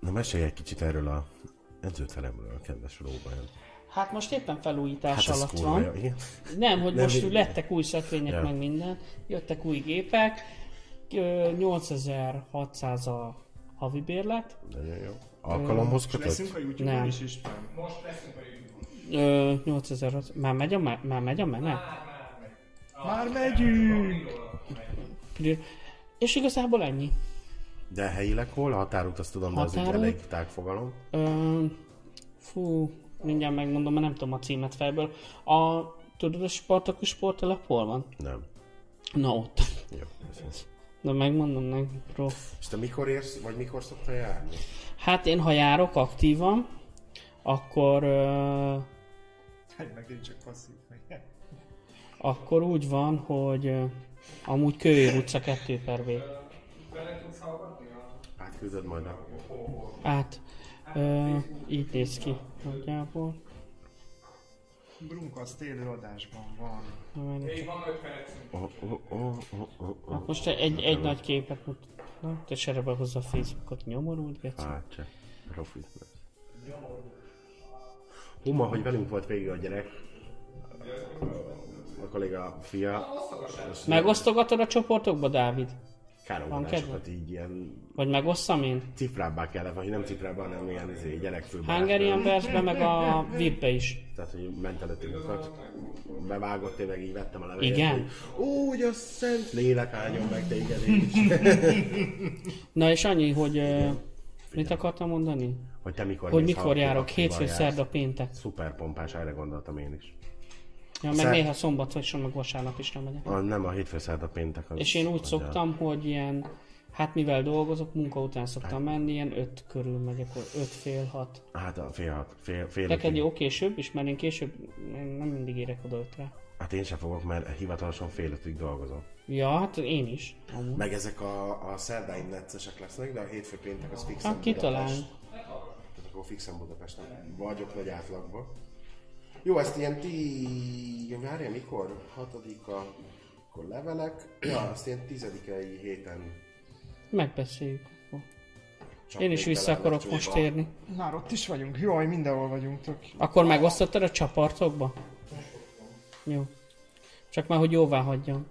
Na mesélj egy kicsit erről a edzőteremről, kedves Róbán. Hát most éppen felújítás Hát ez alatt kurva van. jó, igen. Nem, hogy Nem most így. lettek új szekrények, Ja. meg minden, jöttek új gépek, Ö, 8600 a havi bérlet, Nagyon jó. Alkalomhoz És leszünk kötött? a YouTube-on Nem. is István. Ö, 8600, már megy a, me- már megy a menet? Már megyünk! És igazából ennyi. De helyileg hol? A határút azt tudom, de az egy Határút? elég tág fogalom. Ö, fú, mindjárt megmondom, mert nem tudom a címet fejből. A, tudod, a Spartakus sportelep hol van? Nem. Na ott. Jó, köszönöm. De megmondom nekik, prof. És te mikor érsz, vagy mikor szoktál járni? Hát én, ha járok aktívan, akkor, ö, Hát meg én csak passzív. akkor úgy van, hogy ö, amúgy Kőér utca 2 per V. Átküldöd majd a... Át. Hát, Ö, így néz ki nagyjából. Brunk az élőadásban van. Na, várj. Oh, oh, oh, oh, oh, oh. Hát most egy, egy nagy képet mutat. Na, te sere behozza a Facebookot, nyomorult, geci. Hát, csak. Profit. Huma, hogy velünk volt végig a gyerek. A kolléga fia. és Megosztogatod a csoportokba, Dávid? Van Káromkodásokat kedved? így ilyen Vagy megosszam én? cifrábbá kell, vagy nem cifrábbá, hanem ilyen izé, gyerekfőbb. Hungarian Bersbe, meg a VIP-be is. Tehát, hogy ment előttünk utat, bevágott, én meg így vettem a levegőt. Igen? Hogy, Úgy a szent lélek álljon meg téged is. Na és annyi, hogy... ö, Mit akartam mondani? Hogy te mikor Hogy mész, ha mikor járok? aktívan Hétfő, jársz. szerda, péntek. Szuper pompás, erre gondoltam én is. Ja, meg Szer- néha szombat is, meg vasárnap is nem megyek. A, nem a hétfő szerda péntek. Az És én úgy az szoktam, hogy ilyen, hát mivel dolgozok, munka után szoktam Hát. menni, ilyen öt körül megyek, akkor öt fél hat. A, hát a fél hat, fél, fél Neked ötig. jó később is, mert én később én nem mindig érek oda ötre. Hát én sem fogok, mert hivatalosan fél ötig dolgozom. Ja, hát én is. amúgy. Meg ezek a, a szerdáim neccesek lesznek, de a hétfő péntek az fixen Hát kitalálni. Budapest. Tehát akkor fixen Budapesten vagyok nagy átlagban. Jó, ezt ilyen ti... Várja, mikor? Hatodika... Akkor levelek. Ja, azt ilyen tizedikei héten Megbeszéljük. akkor. csak Én is még vissza bele lesz akarok csúszva. most érni. Már ott is vagyunk. Jaj, mindenhol vagyunk. Tök. Akkor megosztottad a csapartokba? Jó. Csak már, hogy jóvá hagyjam.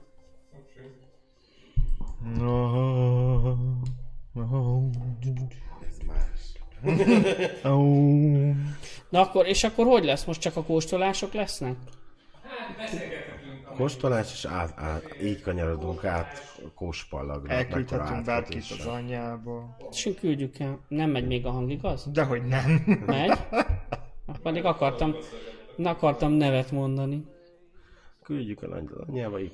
Ez más. Na akkor, és akkor hogy lesz? Most csak a kóstolások lesznek? Kóstolás, és át, át, így kanyarodunk át kóspallagra. Elküldhetünk bárkit az anyjába. És küldjük el. Nem megy még a hang, igaz? Dehogy nem. Megy. Na, pedig akartam, na, akartam nevet mondani. Küldjük el annyi- anyjába YY.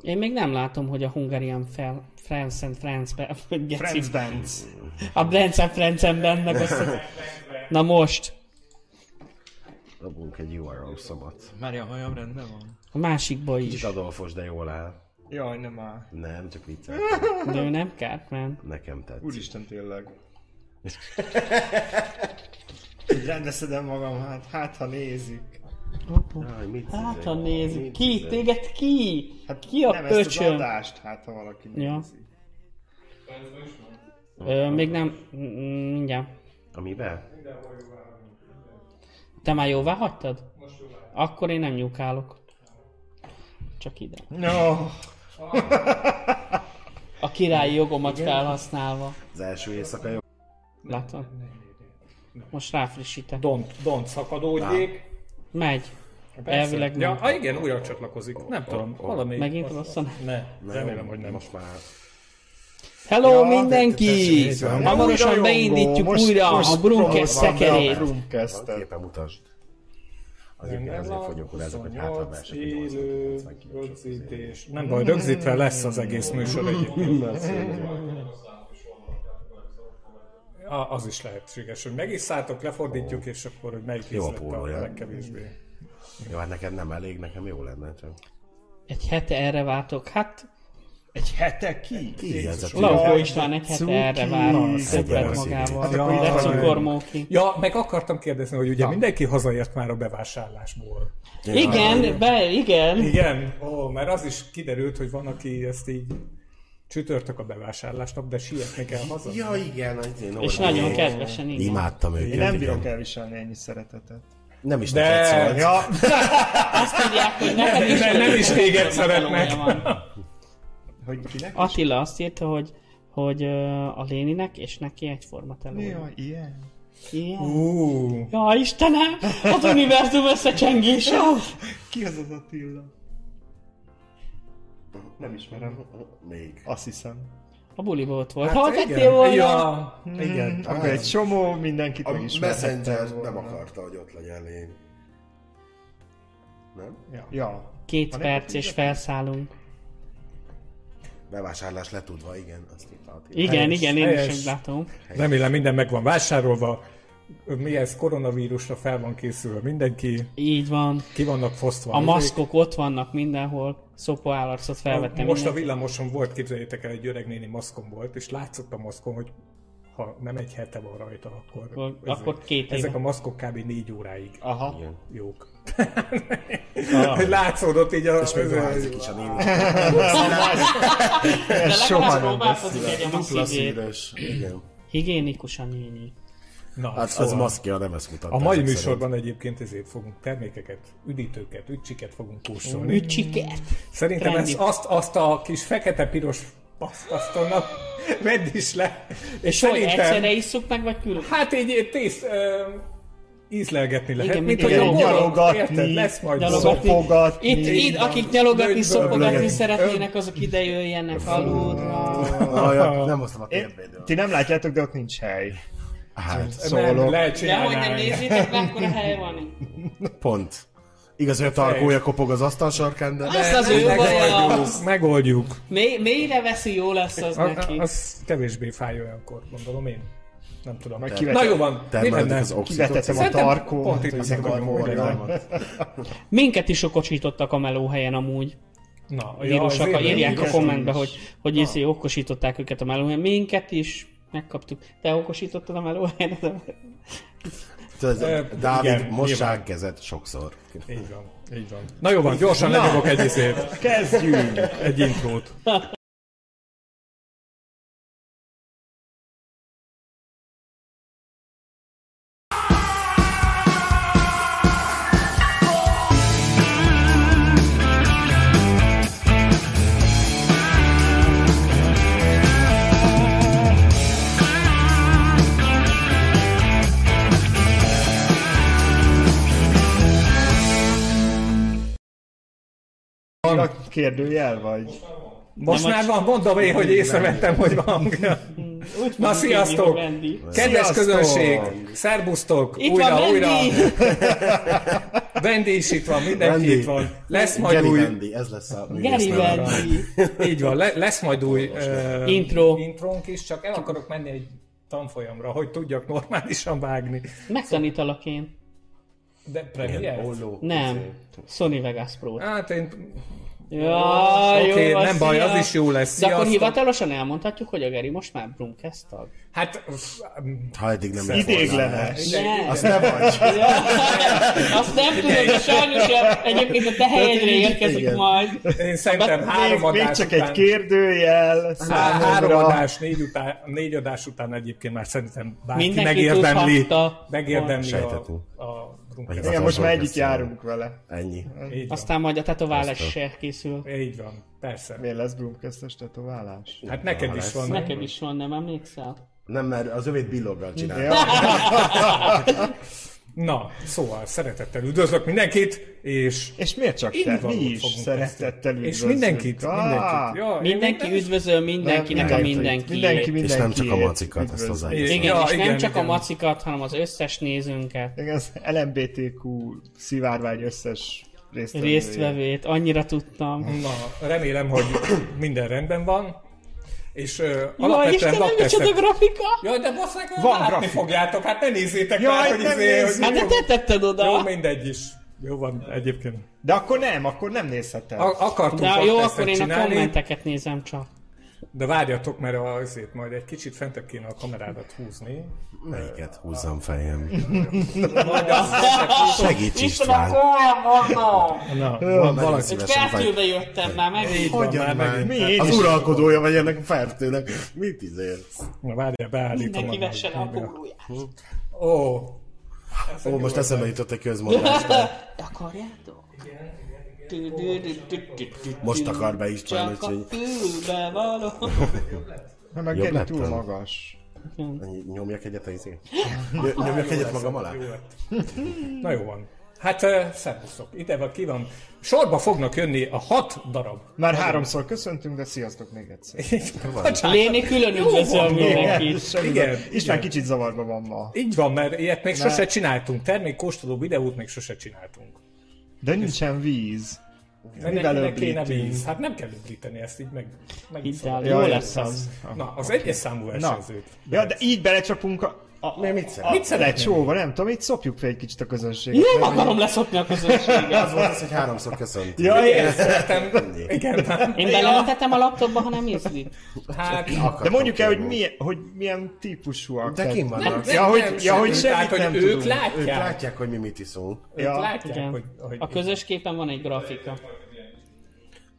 Én még nem látom, hogy a Hungarian fel, France and France-be, vagy geci. Friends Bands. A Brands and France-ben megosztott. Na most, Dobunk egy URL szomat. Már a hajam rendben van. a másikba Kicsit is. adolfos, de jól áll. Jaj, nem már. Nem, csak viccel. De ő nem Cartman. Nekem tetszik. Úristen, tényleg. Így Rendbeszedem magam, hát, hát ha nézik. Jaj, mit Hát, ha izé- nézzük, mit ki? izé- Téged ki? Hát Ki a nem ezt az pöcsöm? adást, hát ha valaki Ja. nézi. Ö, még nem, mm, mindjárt. Amiben? Te már jóvá hagytad? Akkor én nem nyúkálok. Csak ide. No. A királyi jogomat felhasználva. Az első éjszaka jó. Látod? Most ráfrissítek. Don't, don't szakadódjék. Megy. Persze. Elvileg ja, nem. ah, igen, újra csatlakozik. Nem tudom, valami... Megint rossz a Ne, remélem, hogy nem. Most már Hello Ja, mindenki! van. Hamarosan beindítjuk újra a Brunkes szekerét. van Brunkestet. képen mutasd. Azért kell azért fogyok, hogy ezeket hátra beesek. egy 80-90 kilós az izé. rögzítés. Nem baj, rögzítve lesz az egész műsor egyébként. A- Az is lehetséges, hogy megiszálltok, lefordítjuk, és akkor, hogy melyik Jó a ízlet a pólója. legkevésbé. Jó, hát neked nem elég, nekem jó lenne csak. Egy hete erre váltok. Hát, Egy hete ki? Így ez a Laukó Jaj, István egy hete cuki. erre vár. Az Többet egyenlő magával. szívét. Ja. De cukormóki. Ja, meg akartam kérdezni, hogy ugye mindenki hazaért már a bevásárlásból. Igen, be, igen. Igen, ó, mert az is kiderült, hogy van, aki ezt így Csütörtök a bevásárlásnap, de sietni kell haza. Ja, igen, az én És órán- nagyon kedvesen, igen. Imádtam őket. Én nem igen. bírok elviselni ennyi szeretetet. Nem is szóval neked De, szólt. ja, Azt mondják, hogy neked is... Nem- nem is téged megfelelője szeretnek. van. Hogy kinek is? Attila azt írta, hogy hogy ö, a léninek és neki egyforma telója. Jaj, ilyen. Ilyen. ú, Ja, Istenem! Az univerzum összecsengése! Ki az az Attila? Nem ismerem. Még. Azt hiszem. A buli volt volt. Hát, ha igen. tettél volna! Mhm. Ja. Ja, Igen, akkor az. egy csomó mindenkit A megismerhettem Messenger volna. nem akarta, hogy ott legyen lény. Nem? Ja. ja. Két Ha nem perc és felszállunk. Bevásárlás letudva, igen, azt írta Attila. Igen, Helyes, igen, én helyes. is látom. remélem minden meg van vásárolva. Mi ez koronavírusra fel van készülve mindenki, Így van. ki vannak fosztva. A maszkok ott vannak mindenhol. Szopó állarcot felvettem. Most a mindenki. villamoson volt, képzeljétek el, egy öreg néni maszkom volt, és látszott a maszkom, hogy ha nem egy hete van rajta, akkor, Akkor- akkor két éve. ezek a maszkok kb. négy óráig Aha. jók. Ah. Látszódott így a... És még ez- hát dohányzik is a néni. De Ez soha legalább nem. próbálkozik egy a Dupla maszkigét. szűrös. Igen. Higiénikus a néni. Na, Hát az maszkja nem ezt mutat. Szóval. A mai műsorban egyébként ezért fogunk termékeket, üdítőket, ücsiket fogunk kóstolni. Ücsiket! Szerintem Trendy. ezt, azt, azt a kis fekete-piros pasztasztonnak vedd is le. És hogy egyszerre isszuk meg, vagy külön? Hát így, így tíz, ö, ízlelgetni lehet. Igen, mint mint hogy a igen, borog, gyalogatni, érted? Lesz majd gyalogatni. borog. Szopogatni. Itt, itt, akik nyalogatni, Női szopogatni bőrlöget. szeretnének, azok ide jöjjenek aludra. hát nem hoztam a Én, térdvédőt. ti nem látjátok, de ott nincs hely. Hát, Nem, Szólok. lehet De hogy nem csinálni. nézitek, mekkora hely van itt. pont. Igaz, hogy a tarkója kopog az asztal sarkán, de... Azt az ő baja. Megoldjuk. Megoldjuk. Mély, mélyre veszi, jó lesz az A- a- neki. Az kevésbé fáj olyankor, gondolom én. Nem tudom. Majd Na kivetettem, jó van, mi Termelődik lenne? az Szóval oxitocin. kivetettem a Szerintem tarkót, pont itt hogy ezek a zavarmódjam. Minket is okocsítottak a melóhelyen amúgy. Na, A ja, vírusok, azért a írják a igaz. kommentbe, hogy, hogy Ah. izé okosították őket a melóhelyen. Minket is megkaptuk. Te okosítottad a melóhelyen? Tudod, Ö, Dávid, igen, mossák nyilván. kezed sokszor. Így van, így van. Na jó van, gyorsan lenyomok egy izét, Kezdjünk! egy intrót. Csak kérdőjel vagy? Most Nem, már az- van, mondom én, hogy észrevettem, hogy van. Na, sziasztok! Kedves Sziasztok! közönség, szerbusztok, Itt újra, van Bendy! újra. Vendi is itt van, mindenki Bendy. itt van. Lesz majd Geri új, Vendi, ez lesz a Geri művész neve. Vendi. így van, le, lesz majd új uh, Intro. intrónk is, csak el akarok menni egy tanfolyamra, hogy tudjak normálisan vágni. Megtanítalak én. De premier? Nem. Sony Vegas Pro. Hát én... Ja, jó, Oké, van, nem baj, szia. az is jó lesz. De akkor Sziasztok. hivatalosan elmondhatjuk, hogy a Geri most már Brumcast tag. Hát... Ha eddig nem lett volna. Idéglenes. Nem. Azt nem vagy. Ja, azt nem tudom, de sajnos egyébként a te helyedre érkezik Igen. majd. Én szerintem Még, három még adás csak után... egy kérdőjel Há- Három számomra. adás, négy, után, négy adás után egyébként már szerintem bárki Mindenki megérdemli, tudhatta. megérdemli a, Sejtettünk. a Igen. drunket. Igen, most már együtt Köszönöm. járunk vele. Ennyi. Így van. Aztán majd a tetoválás se készül. Így van, persze. Miért lesz Brumköztes tetoválás? Hát neked is van. Neked is van, nem emlékszel? Nem, mert az övét billoggal csinál. Na, szóval szeretettel üdvözlök mindenkit, és És miért csak te? Indvalót Mi is fogunk szeretettel kezdeni. És üdvözlünk. mindenkit, Ah! mindenkit. Ja, én Mindenki nem- üdvözöl mindenkinek a mindenki. Mindenki mindenki. És nem csak a macikat, azt hozzá. Igen, Ja, és nem igen, csak igen. a macikat, hanem az összes nézőnket, Igen, az LMBTQ szivárvány összes résztvevője. résztvevőt, annyira tudtam. Na, remélem, hogy minden rendben van, és ö, Jaj, alapvetően Istenem, micsoda laptesztet... grafika! Jaj, de basz meg, Van látni grafika. fogjátok, hát ne nézzétek Jaj, már, hogy nem izé, nézzük. Hát hogy... de te tetted Jó, oda! mindegy is. Jó van, egyébként. De akkor nem, akkor nem nézheted. A- akartunk De jó, podcastet akkor én a csinálni. kommenteket nézem csak. De várjatok, mert azért majd egy kicsit fentebb kéne a kamerádat húzni. Melyiket húzzam fejem? Majd azt Segíts Istenem, István! olyan mondom! Na, Nagyon Egy szívesen fej. fertőbe jöttem már, meg Hogyan már? Hát megint. Mi? Én Az is- uralkodója vagy ennek a fertőnek. Mit izél? Na várjál, beállítom. mindenki magam. vesse le a pólóját. Ó, Ó, most eszembe jutott egy közmondás. Takarjátok? Most takar be István, Csak a úgyhogy fülbe való. Na, meg Jobb Geri lett túl az. magas. nyomjak egyet a izé. Ny- Nyomjak egyet magam alá? Jó lett. Na jó van. Hát uh, szervusztok, ide van, ki van. Sorba fognak jönni a hat darab. Már háromszor köszöntünk, de sziasztok még egyszer. Bocsánat. Léni külön üdvözöl mindenkit. Semmi Igen, gond. István igen. kicsit zavarba van ma. Így van, mert ilyet még Mert- sose csináltunk. Termékkóstoló videót még sose csináltunk. De nincsen víz. Mert Mivel neki ne kéne öblítünk? víz. Hát nem kell öblíteni ezt, így meg... meg Hidd el, szóval. jó Jaj, lesz ez az. Na, az egyes számú Na, versenyzőt. ja, de így belecsapunk a... a, Mi- a Mit szeretnél? Mit egy szeretnél? sóba, nem tudom, itt szopjuk fel egy kicsit a közönséget. Nem akarom leszopni a közönséget. Az volt az, hogy háromszor köszönt. Ja, Én igen. szeretem. Igen, nem. Én belevetettem a laptopba, ha nem ízlik. Hát... De mondjuk el, hogy milyen, hogy milyen típusúak. De tehát- kim vannak? Ja, hogy, Nem, ja, hogy semmit. semmit Tehát, hogy nem ők tudunk. látják. Ők látják, hogy mi mit iszunk. Ők Ja. látják, Igen. hogy... hogy A közös képen van egy grafika.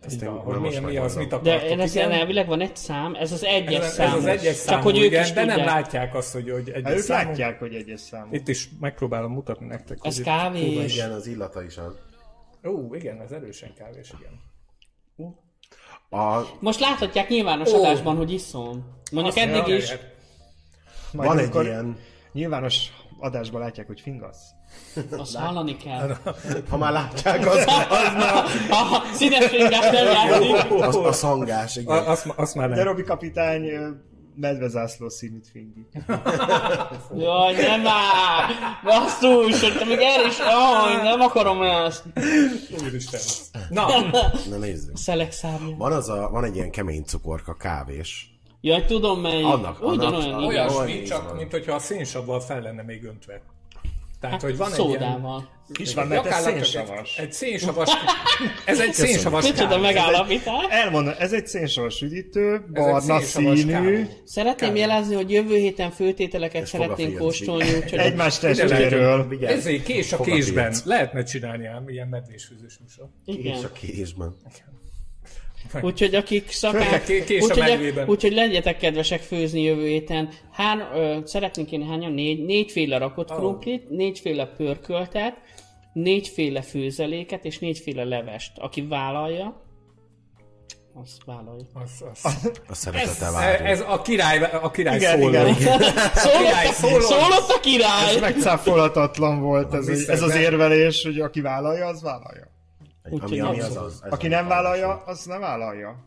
Ezt én Ja, már hogy most mi, mi az, megoldom. mit De akartok. én ezt igen. elvileg van egy szám, ez az egyes ez, szám. ez az egyes Csak számú, hogy ők igen, is de nem tudják. látják azt, hogy, hogy egyes Hát ők számú. látják, hogy egyes számú. Itt is megpróbálom mutatni nektek. Ez hogy itt- kávés. Igen, az illata is az. Ó, igen, ez erősen kávés, igen. A, Most láthatják nyilvános Ó. adásban, hogy iszom. Mondjuk eddig is. Majd van egy amikor ilyen, Nyilvános adásban látják, hogy fingasz. Azt hallani kell. ha már látják, az, az már A színességgel nem játszik. az, az hangás, A, igen. hát- azt, azt már De nem. Robi kapitány ö, medvezászló színűt fingi. Jaj, nem már! Basszus, hogy te még el is... Jaj, nem akarom ezt. Úristen. Na, Na nézzük. Szelek számú. Van, az a, van egy ilyen kemény cukorka, kávés. Jaj, tudom melyik. Annak- Ugyanolyan, annak- igen. olyan. olyasmi, Jól csak néz mint hogyha a szénsavval fel lenne még öntve. Tehát, Hát, hogy van egy ilyen... Hát, Szódával. Is van, mert ez Gyakorlatilag szénsavas. Egy, egy szénsavas... Ez egy szénsavas Micsoda kávé. megállapítás? Elmondom, ez egy szénsavas üdítő, Ez egy barna szénsavas színű, kávé. Szeretném jelezni, hogy jövő héten főtételeket fog a szeretnénk film. kóstolni, úgyhogy... egymás testvéről. Vigyázz. Ezért kés a Fog a késben. piac. Lehetne csinálni ám ilyen medvésfűzős műsor. És Igen. a késben. Úgyhogy akik Főleg szakák... ké- kés a Úgyhogy, medvében. úgyhogy legyetek kedvesek főzni jövő héten. Hán, ö, szeretnénk én hányan? Négy, négyféle rakott krumplit, négyféle pörköltet, négyféle főzeléket és négyféle levest. Aki vállalja, az vállalja. Az, az. A Ez, szeretete várjuk. ez a király, a király Igen, szóló. igen, igen. Szólott, szólott! szólott a Ez király! megcáfolhatatlan volt ez, Mr. ez az Ben. érvelés, hogy aki vállalja, az vállalja. Egy- Ami, Úgyhogy ami az, abszolút. az, ez Aki az nem a vállalja, az nem vállalja.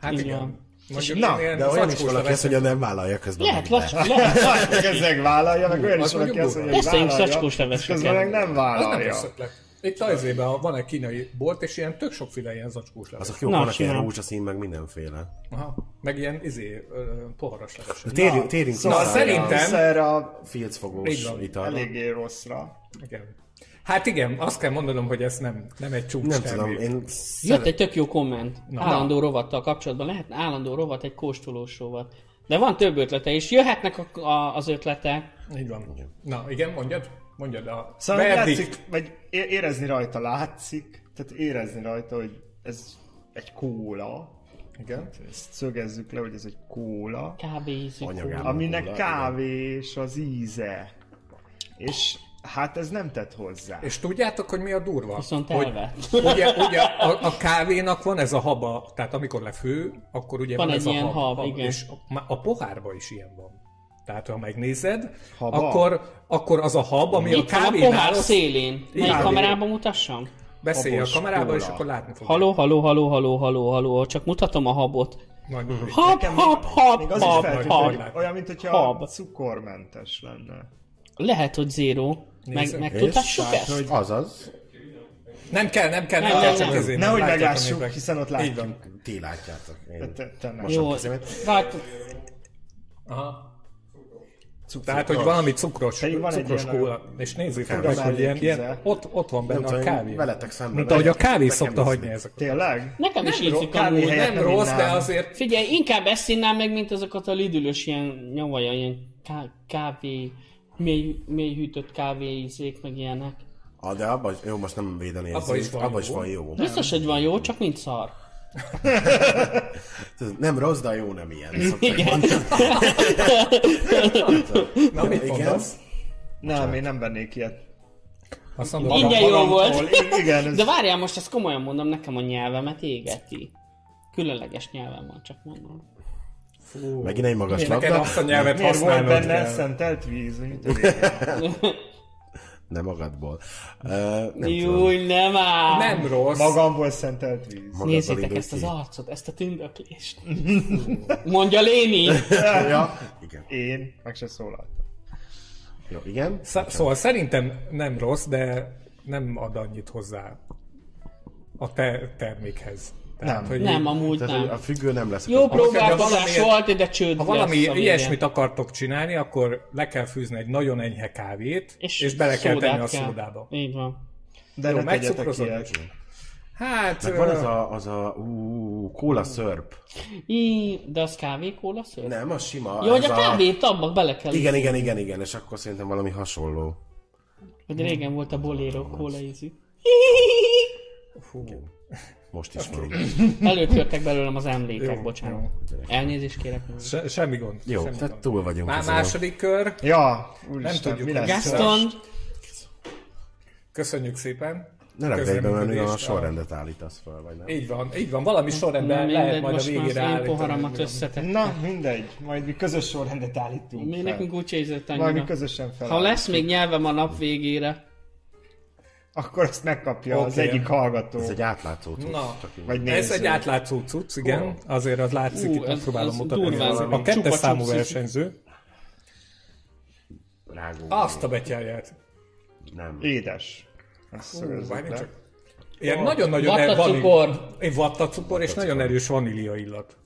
Hát Így igen. van. Mondjuk Na, ilyen De olyan is zacskós valaki leves- ezt, hogy a nem vállalja közben. Lehet, meg be. lacs, lehet. Ezek vállalja, meg olyan is az valaki mondjuk azt mondja, hogy durva. Beszéljünk vállalja, zacskós és leveseket. közben meg nem Az nem vállalja. rossz ötlet. Itt az évben van egy kínai bolt, és ilyen tök sokféle ilyen zacskós leves. Azok jók, Na, vannak ilyen simán. rózsaszín, meg mindenféle. Aha. Meg ilyen izé, ö, poharas leves. De Térjünk, térjünk Szóval vissza szerintem- a Szer a filcfogós Így van. italra. eléggé rosszra. Igen. Hát igen, azt kell mondanom, hogy ez nem, nem egy csúcs Nem termék. tudom, én Jött szeret... egy tök jó komment. Állandó rovattal kapcsolatban. Lehet állandó rovat, egy kóstolós rovat. De van több ötlete is. Jöhetnek a, a, az ötletek. Így van. Na igen, mondjad. Mondjad a Szóval verdikt. látszik, vagy é- érezni rajta látszik, tehát érezni rajta, hogy ez egy kóla. Igen. Ezt szögezzük le, hogy ez egy kóla, Kb. ízű. Anyagám. kóla. aminek kóla, kávés az íze. És hát ez nem tett hozzá. És tudjátok, hogy mi a durva? Viszont hogy, elvett. ugye, ugye a, a, kávénak van ez a haba, tehát amikor lefő, akkor ugye Van van, ez egy ilyen a hab, hab, igen. és a, a pohárba is ilyen van. Tehát ha megnézed, Haba? akkor, akkor az a hab, ami a Itt van a pohár kávénál, az- szélén. Melyik Kávé. kamerában mutassam? beszélj a Habos kamerába, kóla. és akkor látni fogod. Haló, haló, haló, haló, haló, haló. Csak mutatom a habot. Majd működik. Hab, hab, hab, Még az is hab, feltűnt, hab. hogy olyan, mint hogyha Hab. cukormentes lenne. Lehet, hogy zéró. Meg, Nézzük. meg És? tudhassuk Tehát, ezt? hogy Azaz, Nem kell, nem kell, Nem, nem kell, nem, csak nem. ezért. Nehogy Látjátok meglássuk, népek. hiszen ott Így látjuk. van. ti Hát, eh, látjátok. Én Te- te nem. Jó. kezemet. Rajt, Aha. cukor. Tehát, hogy valami cukros, Pedig van egy cukros ilyen kóla, és nézzétek meg, Furameli hogy ilyen, ilyen kizel. ott, ott van benne szóval a kávé. Veletek szemben. Mint ahogy a kávé Nekem szokta is hagyni még. ezek. Tényleg? Nekem is ro- ízik kávé amúgy. helyett Nem rossz, de innám. azért Figyelj, inkább ezt innám meg, mint azokat a lidülös ilyen nyavaja, ilyen ká- kávé, mély, mély hűtött kávéizék, meg ilyenek. Ah, de abban jó, most nem védeni ezt. Abba is van abba jó. is van jó. Biztos, hogy van jó, csak mint szar. Nem rossz, de jó nem ilyen. szokták Igen. mondani. Na, mit Igen. mondasz? Nem, én nem vennék ilyet. Azt mondod, Ingyen ha- jó Valamtól. volt. I- Igen, ez... De várjál, most ezt komolyan mondom, nekem a nyelvemet égeti. Különleges nyelvem van, csak mondom. Megint egy magas Neked labda. azt a nyelvet Miért volt használnod benne kell. szentelt víz? Mit tudom Nem magadból. Ö, nem tudom. Júj, nem áll! Nem én? rossz. Magamból szentelt víz. Magadból Nézzétek indul ezt az ki. arcot, ezt a tündöklést. Mondja Léni! Ja, igen. Én meg se szólaltam. Jó, igen. Sz- Szóval szerintem nem rossz, de nem ad annyit hozzá a te termékhez. Tehát, Nem. Hogy Nem, amúgy Tehát hogy a nem. függő nem lesz. Jó Akkor- próbálkozás valamiért- volt, de csőd Ha valami lesz a vége. ilyesmit akartok csinálni, akkor le kell fűzni egy nagyon enyhe kávét, és, és bele kell szódát tenni a szódába. Így van. De Jó, ne tegyetek megcukrozod ilyet. is. Hát, Meg van az a, az a ú, kóla szörp. Í, de az kávé kóla szőr? Nem, az sima. Jó, hogy ez a kávét abba bele kell. Igen, igen, igen, igen, és akkor szerintem valami hasonló. Hogy régen volt a boléró kóla ízű. Fú, Most is van. Előtörtek belőlem az emlékek, Jó, bocsánat. Elnézést kérek. se, semmi gond. Jó, semmi tehát gond. túl vagyunk. Már ezen a- második kör. Ja, úristen, tudjuk, mi lesz? hogy gáz- Gaston, Köszönjük szépen. Ne rakd egybe, mert Közreműködést a a- sorrendet állítasz fel, vagy nem. Így van, így van. Valami sorrendben Hát, nem lehet mindegy, majd a most már az végére én állítani. poharamat összetett. Na, mindegy. Majd mi közös sorrendet állítunk Mi fel. nekünk úgy érzett Majd mi annyira. közösen fel. Ha lesz még nyelvem a nap végére, Akkor azt megkapja Oké. az egyik hallgató. Ez egy átlátszó cucc, Na. csak így. Vagy néző. Ez egy átlátszó cucc, igen. Azért az látszik, Ú, itt ez- megpróbálom ez mutatni. durván A valami. kettes Csupa számú cucc. versenyző. Rágó. Ah. Azt a betyáját. Nem. Édes. Azt szögezzük Várjál le. csak. Ilyen nagyon-nagyon erős Vattacukor. Egy vattacukor, és nagyon erős vanília illat.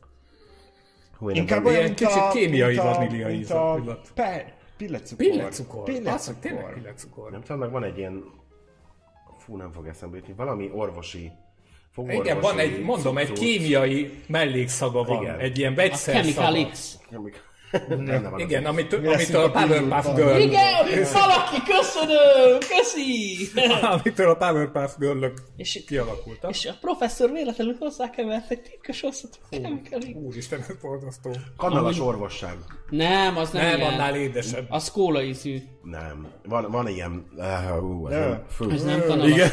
Hú, én nem Inkább tudom. olyan, Ilyen mint a- kicsit kémiai mint a- vanília mint ízlet, a úgy lett. pe- Pillecukor. Pillecukor. Azt, hogy Tényleg Pillecukor. pillecukor. Nem tudom, meg van egy ilyen... Fú, nem fog eszembe jutni. Valami orvosi... Fogorvosi... Igen, van egy, mondom, egy cucc. kémiai mellékszaga van. Igen. Egy ilyen a vegyszer Chemical X. Benne van az Igen, amit, lesz amitől a itt a Powerpuff pillanatban? Girl, Igen, valaki, köszönöm, köszi! amitől a Powerpuff girl És- kialakultak. És a professzor véletlenül hozzákevert egy titkos osztot. Úristen, ez borzasztó. Kanalas orvosság. Nem, az nem, Nem, ilyen. annál édesebb. Az kóla ízű. Nem. Van, van ilyen... Uh, ú, ez, Ö. nem, fú, Ez nem kanalas. Igen.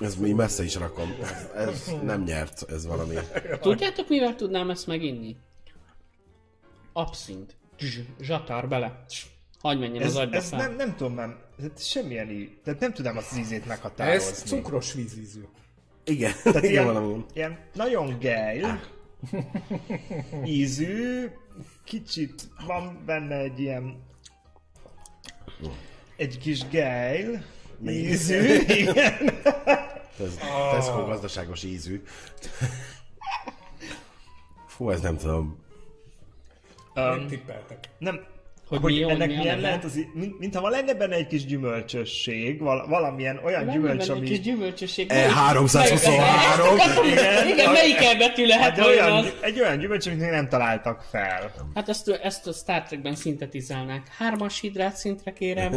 ez mi messze is rakom. Ez, ez nem nyert, ez valami. Tudjátok, mivel tudnám ezt meginni? Abszint. Zs, Zsatár bele. Cs, Hagy menjen Ez, az agyba ez fel. nem, nem tudom, nem, ez semmilyen így, tehát nem tudom az ízét meghatározni. Ez cukros vízízű. Igen, Tehát igen, ilyen, valami. ilyen nagyon gel, ízű, kicsit van benne egy ilyen, egy kis gel, ízű, igen. Ez Ah. Tesco gazdaságos ízű. Fú, ez nem tudom. Nem Um, tippeltek. Nem, Hogy hogy, mi- hogy ennek mi a milyen neve? lehet az, í- mint, mintha van- lenne benne egy kis gyümölcsösség, val, valamilyen olyan Lenne gyümölcs, benne egy ami... kis gyümölcsösség. E, 323. Igen, igen melyik elbetű lehet Hát vajon olyan, az? egy olyan gyümölcs, amit még nem találtak fel. Hát ezt, ezt a Star Trekben szintetizálnák. Hármas hidrát szintre kérem.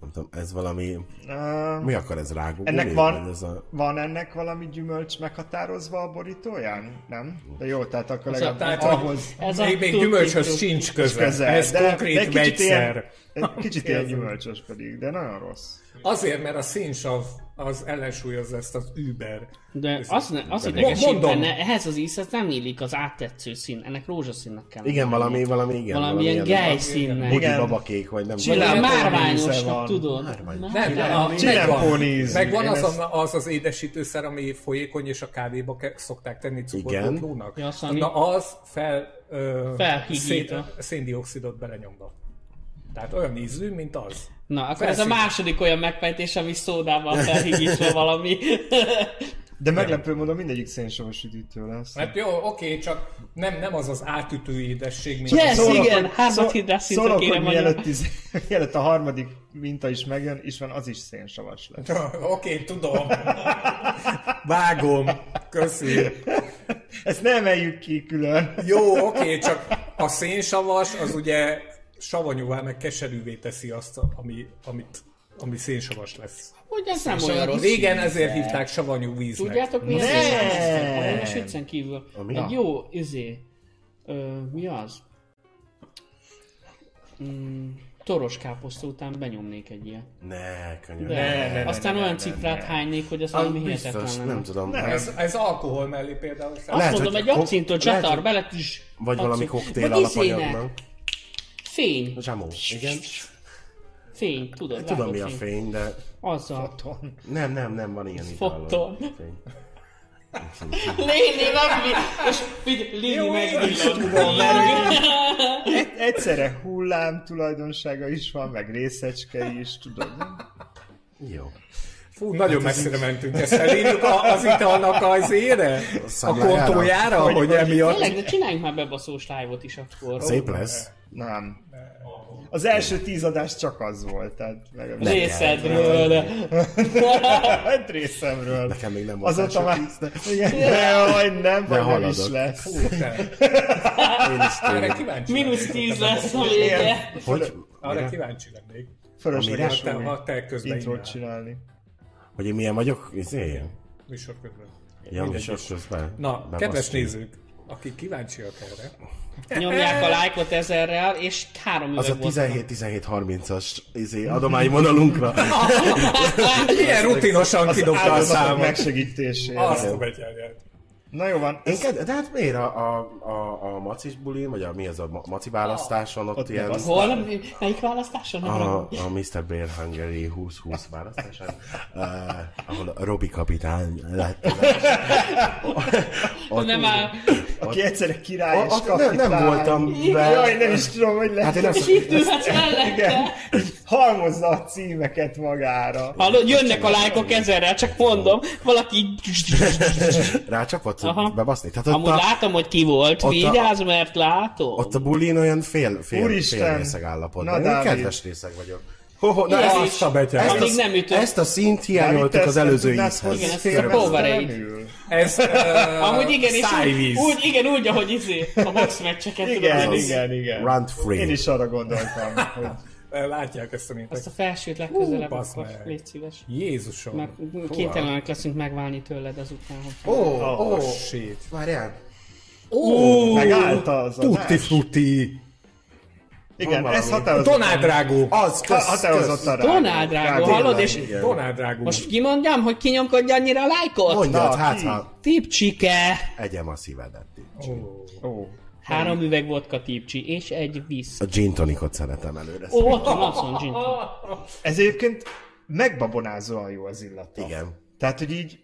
Nem tudom, ez valami... Uh, Mi akar ez rágó? ennek Gumi? van, Ez a... van ennek valami gyümölcs meghatározva a borítóján? Nem? De jó, tehát akkor legalább Tehát, ahhoz ahhoz Ez ez a még, még tuti gyümölcsöz tuti. sincs köze. közel. Ez de, de konkrét kicsit ilyen- vegyszer. egy Kicsit ilyen Ez- gyümölcsös pedig, de nagyon rossz. Azért, mert a szénsav az ellensúlyozza ezt az Uber. De az, ne, az Pedig- idegesít Mondom. benne, ehhez az ízhez nem illik az áttetsző szín, ennek rózsaszínnek kell. Igen, valami, valami, igen. Valamilyen gáj színnek. Igen. Igen. babakék, vagy nem Vagy ilyen Csillámpó íze márványosnak, van. tudod? Hát, Nem, nem, a, Csilempón ízű. megvan Én az, ezt- a- az az édesítőszer, ami folyékony, és a kávéba ke- szokták tenni Igen. cukorkotlónak. Ja, azt, ami- Na az fel, ö, Felhigítva. szén- széndiokszidot belenyomva. Tehát olyan ízű, mint az. Na, akkor ez Felszín. a második olyan megfejtés, ami szódával felhigítva valami. De meglepő módon mindegyik szénsavas üdítő lesz. Hát jó, oké, csak nem, nem az az átütő édesség, mint Yes! az... igen, hármat hidrát szinte szólok, kérem hogy anyám. mielőtt, izé, mielőtt a harmadik minta is megjön, és van az is szénsavas lesz. Oké, tudom. Vágom. Köszi. Ezt nem emeljük ki külön. Jó, oké, csak a szénsavas az ugye savanyúvá meg keserűvé teszi azt, ami, amit, ami szénsavas lesz. Hogy ez nem olyan rossz. Régen ezért hívták savanyú víznek. Tudjátok mi az? Nem. Nem! A sütcen kívül. Ami? Egy jó, izé, ö, mi az? Mm, toros káposzta után benyomnék egy ilyet. Ne, könyörgöm. De ne, ne, aztán ne, olyan ne, cifrát ne. hánynék, hogy az Az valami biztos, hihetetlen nem lenne. tudom. Ez, ez alkohol mellé például. Azt Lehet, mondom, hogy egy ko- abcintot lehet, zsatar, hogy- bele tűz. Vagy valami abcint- koktél Vagy izének. alapanyagnak. Fény, Zsamó. Igen. fény, tudod. Tudom látod, mi a fény, de Azzal. nem, nem, nem, van ilyen Foton. italom. Fény. Léni, nem mi? És figyelj, Léni megvillant. Egy- Egyszerre hullám tulajdonsága is van, meg részecske is, tudod. Jó. Fú, nagyon Hát messzire mentünk ezt. Elérjük a- az italnak az ére? A szaglájára? kontójára, hogy, emiatt... Tényleg, de csináljunk már bebaszós live-ot is akkor. Szép lesz. Nem. Az első tíz adás csak az volt, tehát meg Részedről. Hát részemről. Nekem még nem volt Azóta első már... tíz, de- Igen, de hogy nem, vagy nem haladok. is lesz. Én is Erre tényleg. kíváncsi Mínusz lennék. 10 lesz a vége. Hogy, Arra kíváncsi lennék. Amire Fölösleges te- új ha te közben intrót innál. csinálni. hogy én milyen vagyok? Izé? Műsor közben. Ja, Mindegy most is. közben. Na, bebasztunk. kedves nézők, akik kíváncsiak erre, Nyomják a lájkot ezerrel, és három Az a üveg volt. 17-17-30-as izé, adományvonalunkra. ilyen rutinosan kidobta a Áldozatok számot. megsegítésére. Azt a betyárját. Na jó van, Én ez- ked- de hát miért a, a, a, a macis bulin, vagy a, mi az a ma- maci választáson, ott, Ott ilyen... megvasz- Hol? Mi- Melyik választáson? Nem A, ragad. a Mr. Bear Hungary 2020 választásán, uh, ahol a Robi kapitány lett. ott, Nem áll. aki egyszerre király és ott, ott nem, kapitány. nem voltam be. Jaj, nem is tudom, hogy lehet. Hát én azt És itt ülhetsz Igen, mellette. Hát- halmozza a címeket magára. Hallod, jönnek a lájkok ezerrel, csak mondom, valaki így- rácsapott Aha. bebaszni. Tehát ott Amúgy a, látom, hogy ki volt. ott a- Vigyázz, mert látom. ott a bulin olyan fél, fél, Úristen. fél részeg állapotban. Na, Én Dávid. kedves részeg vagyok. Ho, ho, Ilyen ezt- is. Azt a betyárját. Amíg nem ütött. ezt a szint Amit te hiányoltuk az ezt előző tudnád, ízhez. hogy Igen, ezt félbe a Powerade. sztelenül. Ez uh, eh, Amúgy igen, és úgy, szájvíz. úgy, igen, úgy, ahogy izé, a box meccseket Igen, tudod, az- igen, igen. Run free. Én is arra gondoltam, hogy Látják ezt szerintem. Azt a felsőt legközelebb, Hú, bassz akkor meg. légy szíves. Jézusom. Mert kénytelenek leszünk megválni tőled ezután, Ó, hogy... ó, Oh, shit. várjál. megállt az Tutti adás. frutti. Igen, Van ez valami. határozott. Donald Drágó. Az, kösz, kösz. Határozottan rá. Donald Drágó, Kb. hallod, és Igen. Donald Drágó. most kimondjam, hogy kinyomkodja annyira a lájkot? Mondjad, Na, hát, ki? ha Tipcsike! egyem a szívedet. Ó. Ó, Három üveg vodka tipcsi, és egy víz. A gin tonicot szeretem előre. Ó, ott van, ott van, Gin. Ez egyébként megbabonázóan jó az illata. Igen. Tehát, hogy így...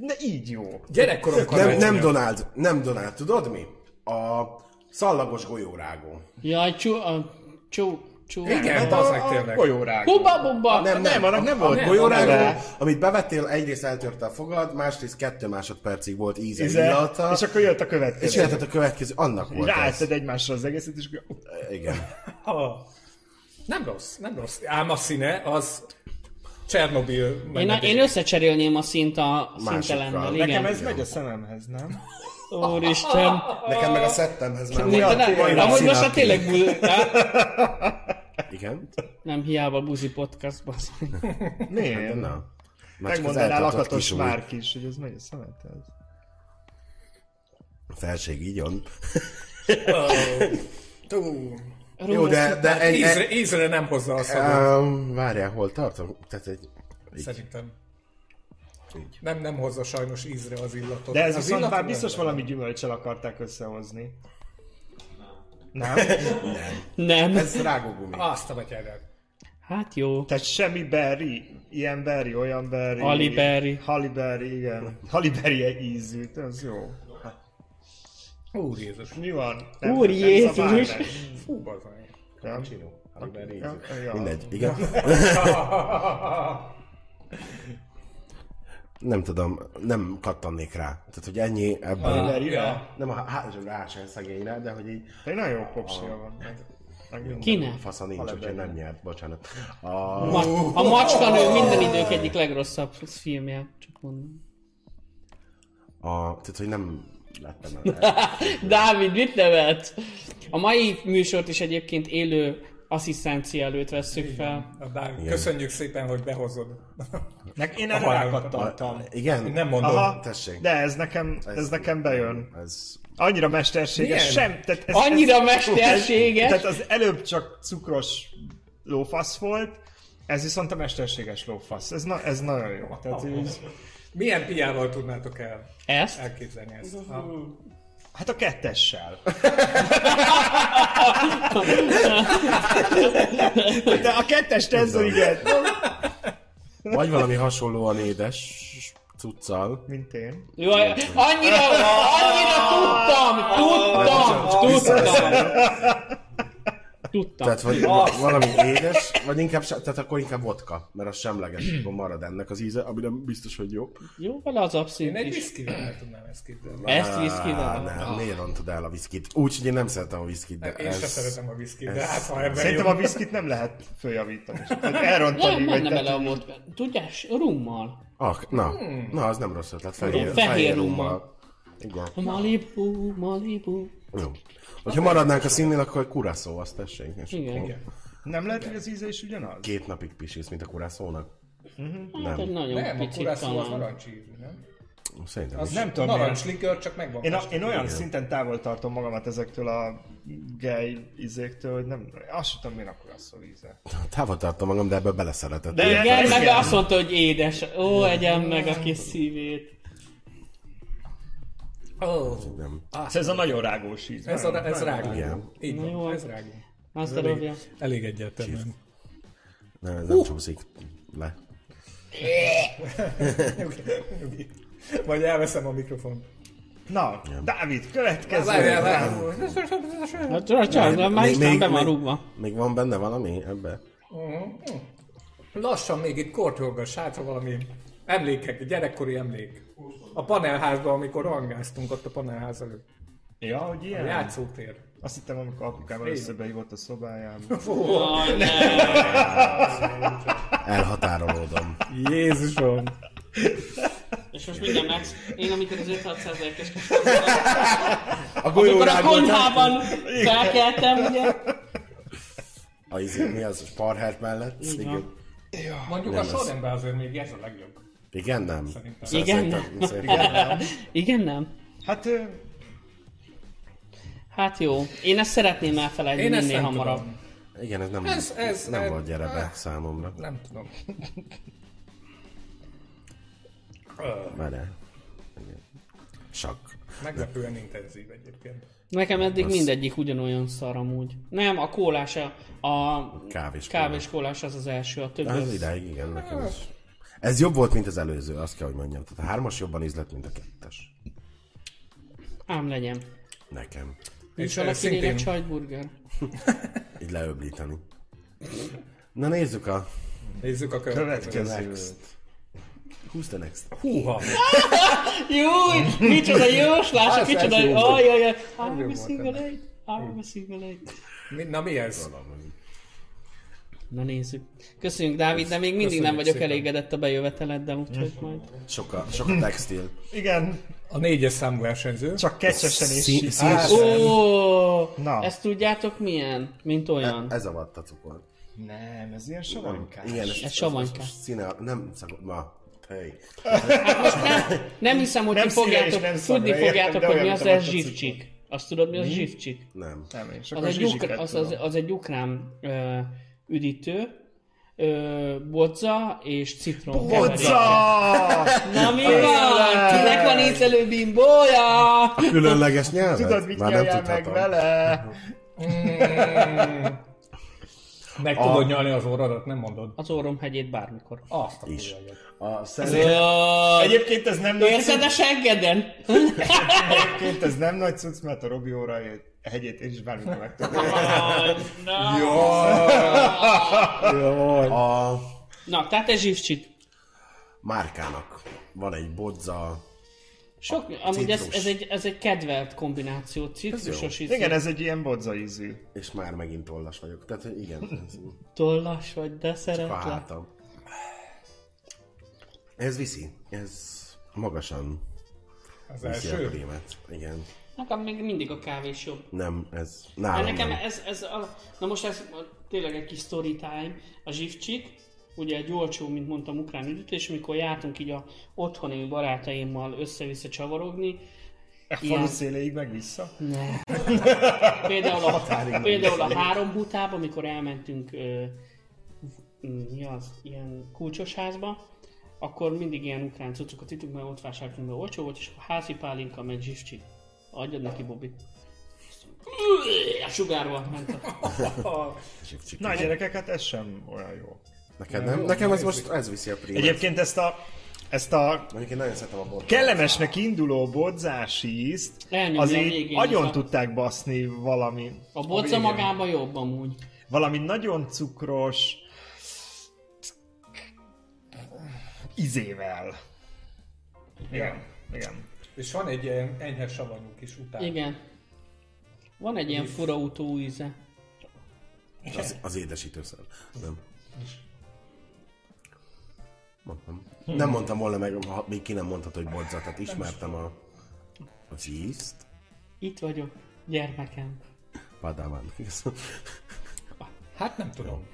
Na így jó. Gyerekkoromban Nem, megcsináltam. nem Donald, nem Donald, tudod mi? A szallagos golyórágó. Jaj, csú, a, csú, csú. Igen, Hát A, az meg a tényleg. golyórág. Bubba, bubba! Nem, nem, annak nem volt a golyórágó, de- amit bevettél, egyrészt eltörte a fogad, másrészt kettő másodpercig volt íze, Íze, illata, és akkor jött a és következő. jöhetett a következő, annak volt ez. Ráálltad egymásra az egészet, és akkor Igen. Ha. Nem rossz, nem rossz. Ám a színe az Csernobil. Én, mennek- én összecserélném a szint a szintelennel, Másikkal. igen. nekem ez megy a szememhez, nem? Úristen. Nekem meg a szettemhez már Ja, volt. nem, amúgy most már színátli. tényleg bu- hát, Igen? nem hiába buzi podcast, bassz. Miért? Na. Már Hát, csak az Megmondaná eltartott lakatos kis ujj. márk is, hogy ez megy a szemedhez. Felség így jön. Jó, Róla de, de egy, Ízre, ízre nem hozza a szagot, Um, várjál, hol tartom? Tehát egy... szerintem. Nem, nem hozza sajnos ízre az illatot. De ez az viszont illatú már biztos ember. valami gyümölcsel akarták összehozni. Nem? Nem. Ez rágógumi. Azt a betyárját. Hát jó. Tehát semmi berry, ilyen berry, olyan berry. Halle berry. Haliberi, igen. Haliberi ízű, ez jó. Úr Jézus. Mi van? Úr Jézus! szabály meg. Fú, bazdmeg. Nem? Ja, Ja. Mindegy, igen. nem tudom, nem kattannék rá. Tehát, hogy ennyi ebből. Ah, Lerira. ja. Nem a hátizsomra rá sem szegényre, de hogy így De egy nagyon jó popsia van. Meg, meg minden. Kinek? fasza nincs, úgyhogy nem nyert, bocsánat. A... Ma- a macskanő minden idők egyik legrosszabb filmje, csak mondom. a... Tehát, hogy nem lettem el. Dávid, mit nevet? A mai műsort is egyébként élő asszisztencia előtt vesszük fel. Na, Dávid, Köszönjük szépen, hogy behozod. Nek- én A erre halálra. rákattantam. Igen? Nem mondom. Aha, tessék. De ez nekem, ez nekem bejön. Ez... Annyira mesterséges. Milyen? Sem. Tehát ez, Annyira ez, mesterséges! tehát az előbb csak cukros lófasz volt, ez viszont a mesterséges lófasz. Ez, na, ez nagyon jó. Tehát így, Milyen piával tudnátok el, Ezt? elképzelni ezt? A, hát a kettessel. De a kettest ez igen. Vagy valami hasonlóan édes cuccal. Mint én. Jaj, annyira, annyira tudtam, tudtam, tudtam. Tudtam. Tehát vagy va- valami édes, vagy inkább, se- tehát akkor inkább vodka, mert az semleges, akkor marad ennek az íze, ami nem biztos, hogy jó. Jó, vele az én abszint egy is. viszkivel el tudnám ezt képzelni. Ezt visz ki Á, nem, Ah. miért rontod el a viszkit? Úgyhogy én nem szeretem a viszkit, de Hát Én se ez... szeretem a viszkit, de hát ha ebben Szerintem jó- a viszkit nem lehet följavítani. Tehát Nem elrontani. menne tehát- bele a vodka. Tudjás, rummal. Ah, na, na, az nem rossz ötlet. Fehér, Tudom, fehér rummal. rummal. Igen. Malibu, Malibu. Jó. Hogyha maradnánk a színnél, akkor kurászó, azt tessék. És Igen. akkor Igen. Nem lehet, hogy az íze is ugyanaz? Két napig pisísz, mint a kurászónak. Hát egy nagyon Nem, a picit kurászó az talán. narancsízű, nem? Szerintem Az is. nem tudom, Narancslikör, csak megvan. Én, a, más. én olyan szinten távol tartom magamat ezektől a gej izéktől, hogy nem, azt sem tudom, mi akkor a szó íze. Távol tartom magam, de ebből beleszeretett. De- Igen, meg Igen. azt mondta, hogy édes. Ó, egyem meg a kis szívét. Ó, Nem. Ah, ez a nagyon rágós íz. Hát, Ez, a, ez rágó. Igen. Így Na jó. van, ez rágó. Azt Ez elég, darabja. elég egyértelmű. Uh! Nem, ez nem csúszik le. Vagy elveszem a mikrofont. Na, Dávid, következő. Várjál, várjál. Hát csak, csak, már Isten be van rúgva. Még van benne valami ebbe? Lassan még itt kortyolgass, hát ha valami emlékek, gyerekkori emlék. A panelházban, amikor rangáztunk ott a panelház előtt. Ja, hogy A ilyen? játszótér. Azt hittem, amikor apukával összebeívott a szobájába. Aj, ne. Elhatárolódom. Jézusom! És most minden meg... Én amikor az 500 es A Amikor a golyórágból... konyhában felkeltem, ugye? A izé, mi az? Sparhert mellett? Így van. Igen. Mondjuk a sorrendben azért még ez a legjobb. Igen, nem? Szerintem. Igen, Szerintem- szerintem- Igen, nem? Hát, ö, Hát jó. Én ezt szeretném elfelejteni Én ezt minél nem hamarabb. tudom. Igen, ez nem, Ez- ez- nem ez- volt gyerebe számomra. Nem tudom. Várjál. Igen. Sakk. Meglepően intenzív egyébként. Nekem eddig mindegyik ugyanolyan szar amúgy. Nem, a kólás, a, a Kávés kólás. kávés kólás az az első, a többi. Az Az Hát, idáig, igen, nekem is. Ez jobb volt, mint az előző, azt kell, hogy mondjam. Tehát a hármas jobban ízlett, mint a kettes. Ám legyen. Nekem. Nincs eh, valakinél szintén- egy csajburger. Így leöblíteni. Na nézzük a... Nézzük a következőt. következő. Who's the next? Húha! Júj! Micsoda jóslás, Az micsoda... első volt. Ajajaj! Aj, I'm a single eight. I'm a single eight. Mi, na mi ez? Na nézzük. Köszönjük, Dávid, de még mindig Köszönjük nem vagyok szépen. elégedett a bejöveteleddel, úgyhogy Mhm. majd. Soka, soka textil. igen, A négyes számú versenyző. csak kecsesen és Szí- így. szí- Á, Ó, Na. E- ezt tudjátok milyen? Mint olyan. Ez a vatta cukor. Nem, ez ilyen savanykás. Igen, Ez savanykás. Színe, nem szagol, ma. Hey. Nem hiszem, hogy Nem ti szíve és fogjátok, nem tudni szagja, értem, fogjátok, de hogy mi olyan, az mint a ez vatta zsivcsik. Azt tudod, mi az zsivcsik? Nem. Nem, és Az akkor egy, ukra, zsizsiket az, az, az egy ukrán ö, üdítő, ö, bodza és citrom. keveréke. Na mi van? Kinek van ízelő bimbója? Különleges nyelv? Tudod, mit nyaljál meg vele? Meg tudod nyalni az orradat, nem mondod. Az orrom hegyét bármikor. Azt a Is. kurva élet. A szerint... Ö, Egyébként ez nem nagy Érzed a seggeden? Egyébként ez nem nagy cucc, mert a Robi óra hegyét én is bármikor meg tudom. A Na, tehát ez zsivcsik. márkának. van egy bodza, Sok, amúgy ez, citrus. ez, egy, ez egy kedvelt kombináció, citrusos ízű. Igen, ez egy ilyen bodza ízű. és már megint tollas vagyok. Tehát, hogy igen, ez Tollas vagy, de a szeretlek. hátam. Ez viszi. Ez magasan Az viszi a első. krémet. Igen. Nekem még mindig a kávés jobb. Nem, ez Hát nálam nekem nem. ez, ez a... Na most ez tényleg egy kis story time. A zsivcsik, ugye egy olcsó, mint mondtam, ukrán üdítő, és amikor jártunk így a otthoni barátaimmal össze-vissza csavarogni, A E falu Ilyen. széléig meg vissza. ne. például a, például a három butába, amikor elmentünk ö, m- mi az, ilyen kulcsos házba, akkor mindig ilyen ukrán cuccokat ittunk, mert ott vásároltunk, mert olcsó volt, és a házi pálinka meg zsivcsi. Adjad neki, Bobby. A sugárba ment a... Zsivcsik. Na gyerekek, hát ez sem olyan jó. Neked nem? Nekem ez most, ez viszi a krémet. Egyébként... Egyébként ezt a, ezt a Mondjuk én nagyon szeretem a bodza. kellemesnek induló bodzási ízt, Elnyomja a azért végén agyon az a- tudták baszni valami, A bodza magában jobb amúgy. valami nagyon cukros izével. Igen, igen. És van egy ilyen enyhe savanyú kis után. Igen. Van egy ilyen fura utó íze. Az, az édesítőszer. Nem. Mondtam. Nem mondtam volna meg, ha még ki nem mondhat, hogy bodza, tehát ismertem a, az ízt. Itt vagyok, gyermekem. Padában. Köszönöm. Hát nem tudom.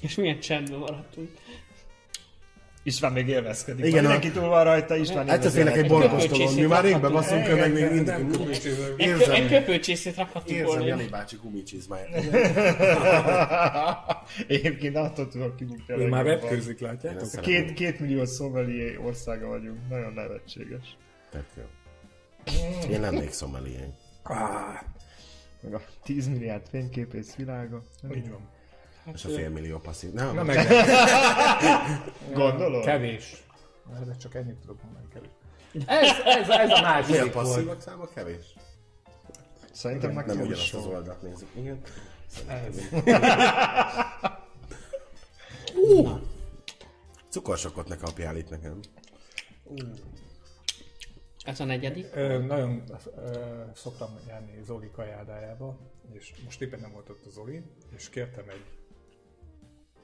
És milyen csendben maradtunk. István még élvezkedik. Igen, Igen, mindenki túl van rajta, István Egyszer félek Hát egy élvezkedik. borkostolón, mi már régben basszunk el, meg még Nem mindig kulcsövő. Egy, kö, egy köpőcsészét rakhattunk érzem volna. Jani bácsi gumicsizmáját. Egyébként attól tudok kibukni. a Ő már legjobban. webkőzik, látjátok? Két, két millió szomelié országa vagyunk, nagyon nevetséges. Tök jó. Én lennék szomelié. Meg a 10 milliárd fényképész világa. Így van. És a félmillió passzív. Nem, Na nem meg Gondolod? kevés. Erre csak ennyit tudok mondani kevés. Ez, ez, ez a milyen második volt. passzívak száma kevés? Szerintem meg Nem túl ugyanazt sok. az oldalt nézzük. Igen. Ez. Cukorsokot ne kapjál itt nekem. Ez a negyedik. Ö, nagyon ö, szoktam járni Zoli kajádájába, és most éppen nem volt ott a Zoli, és kértem egy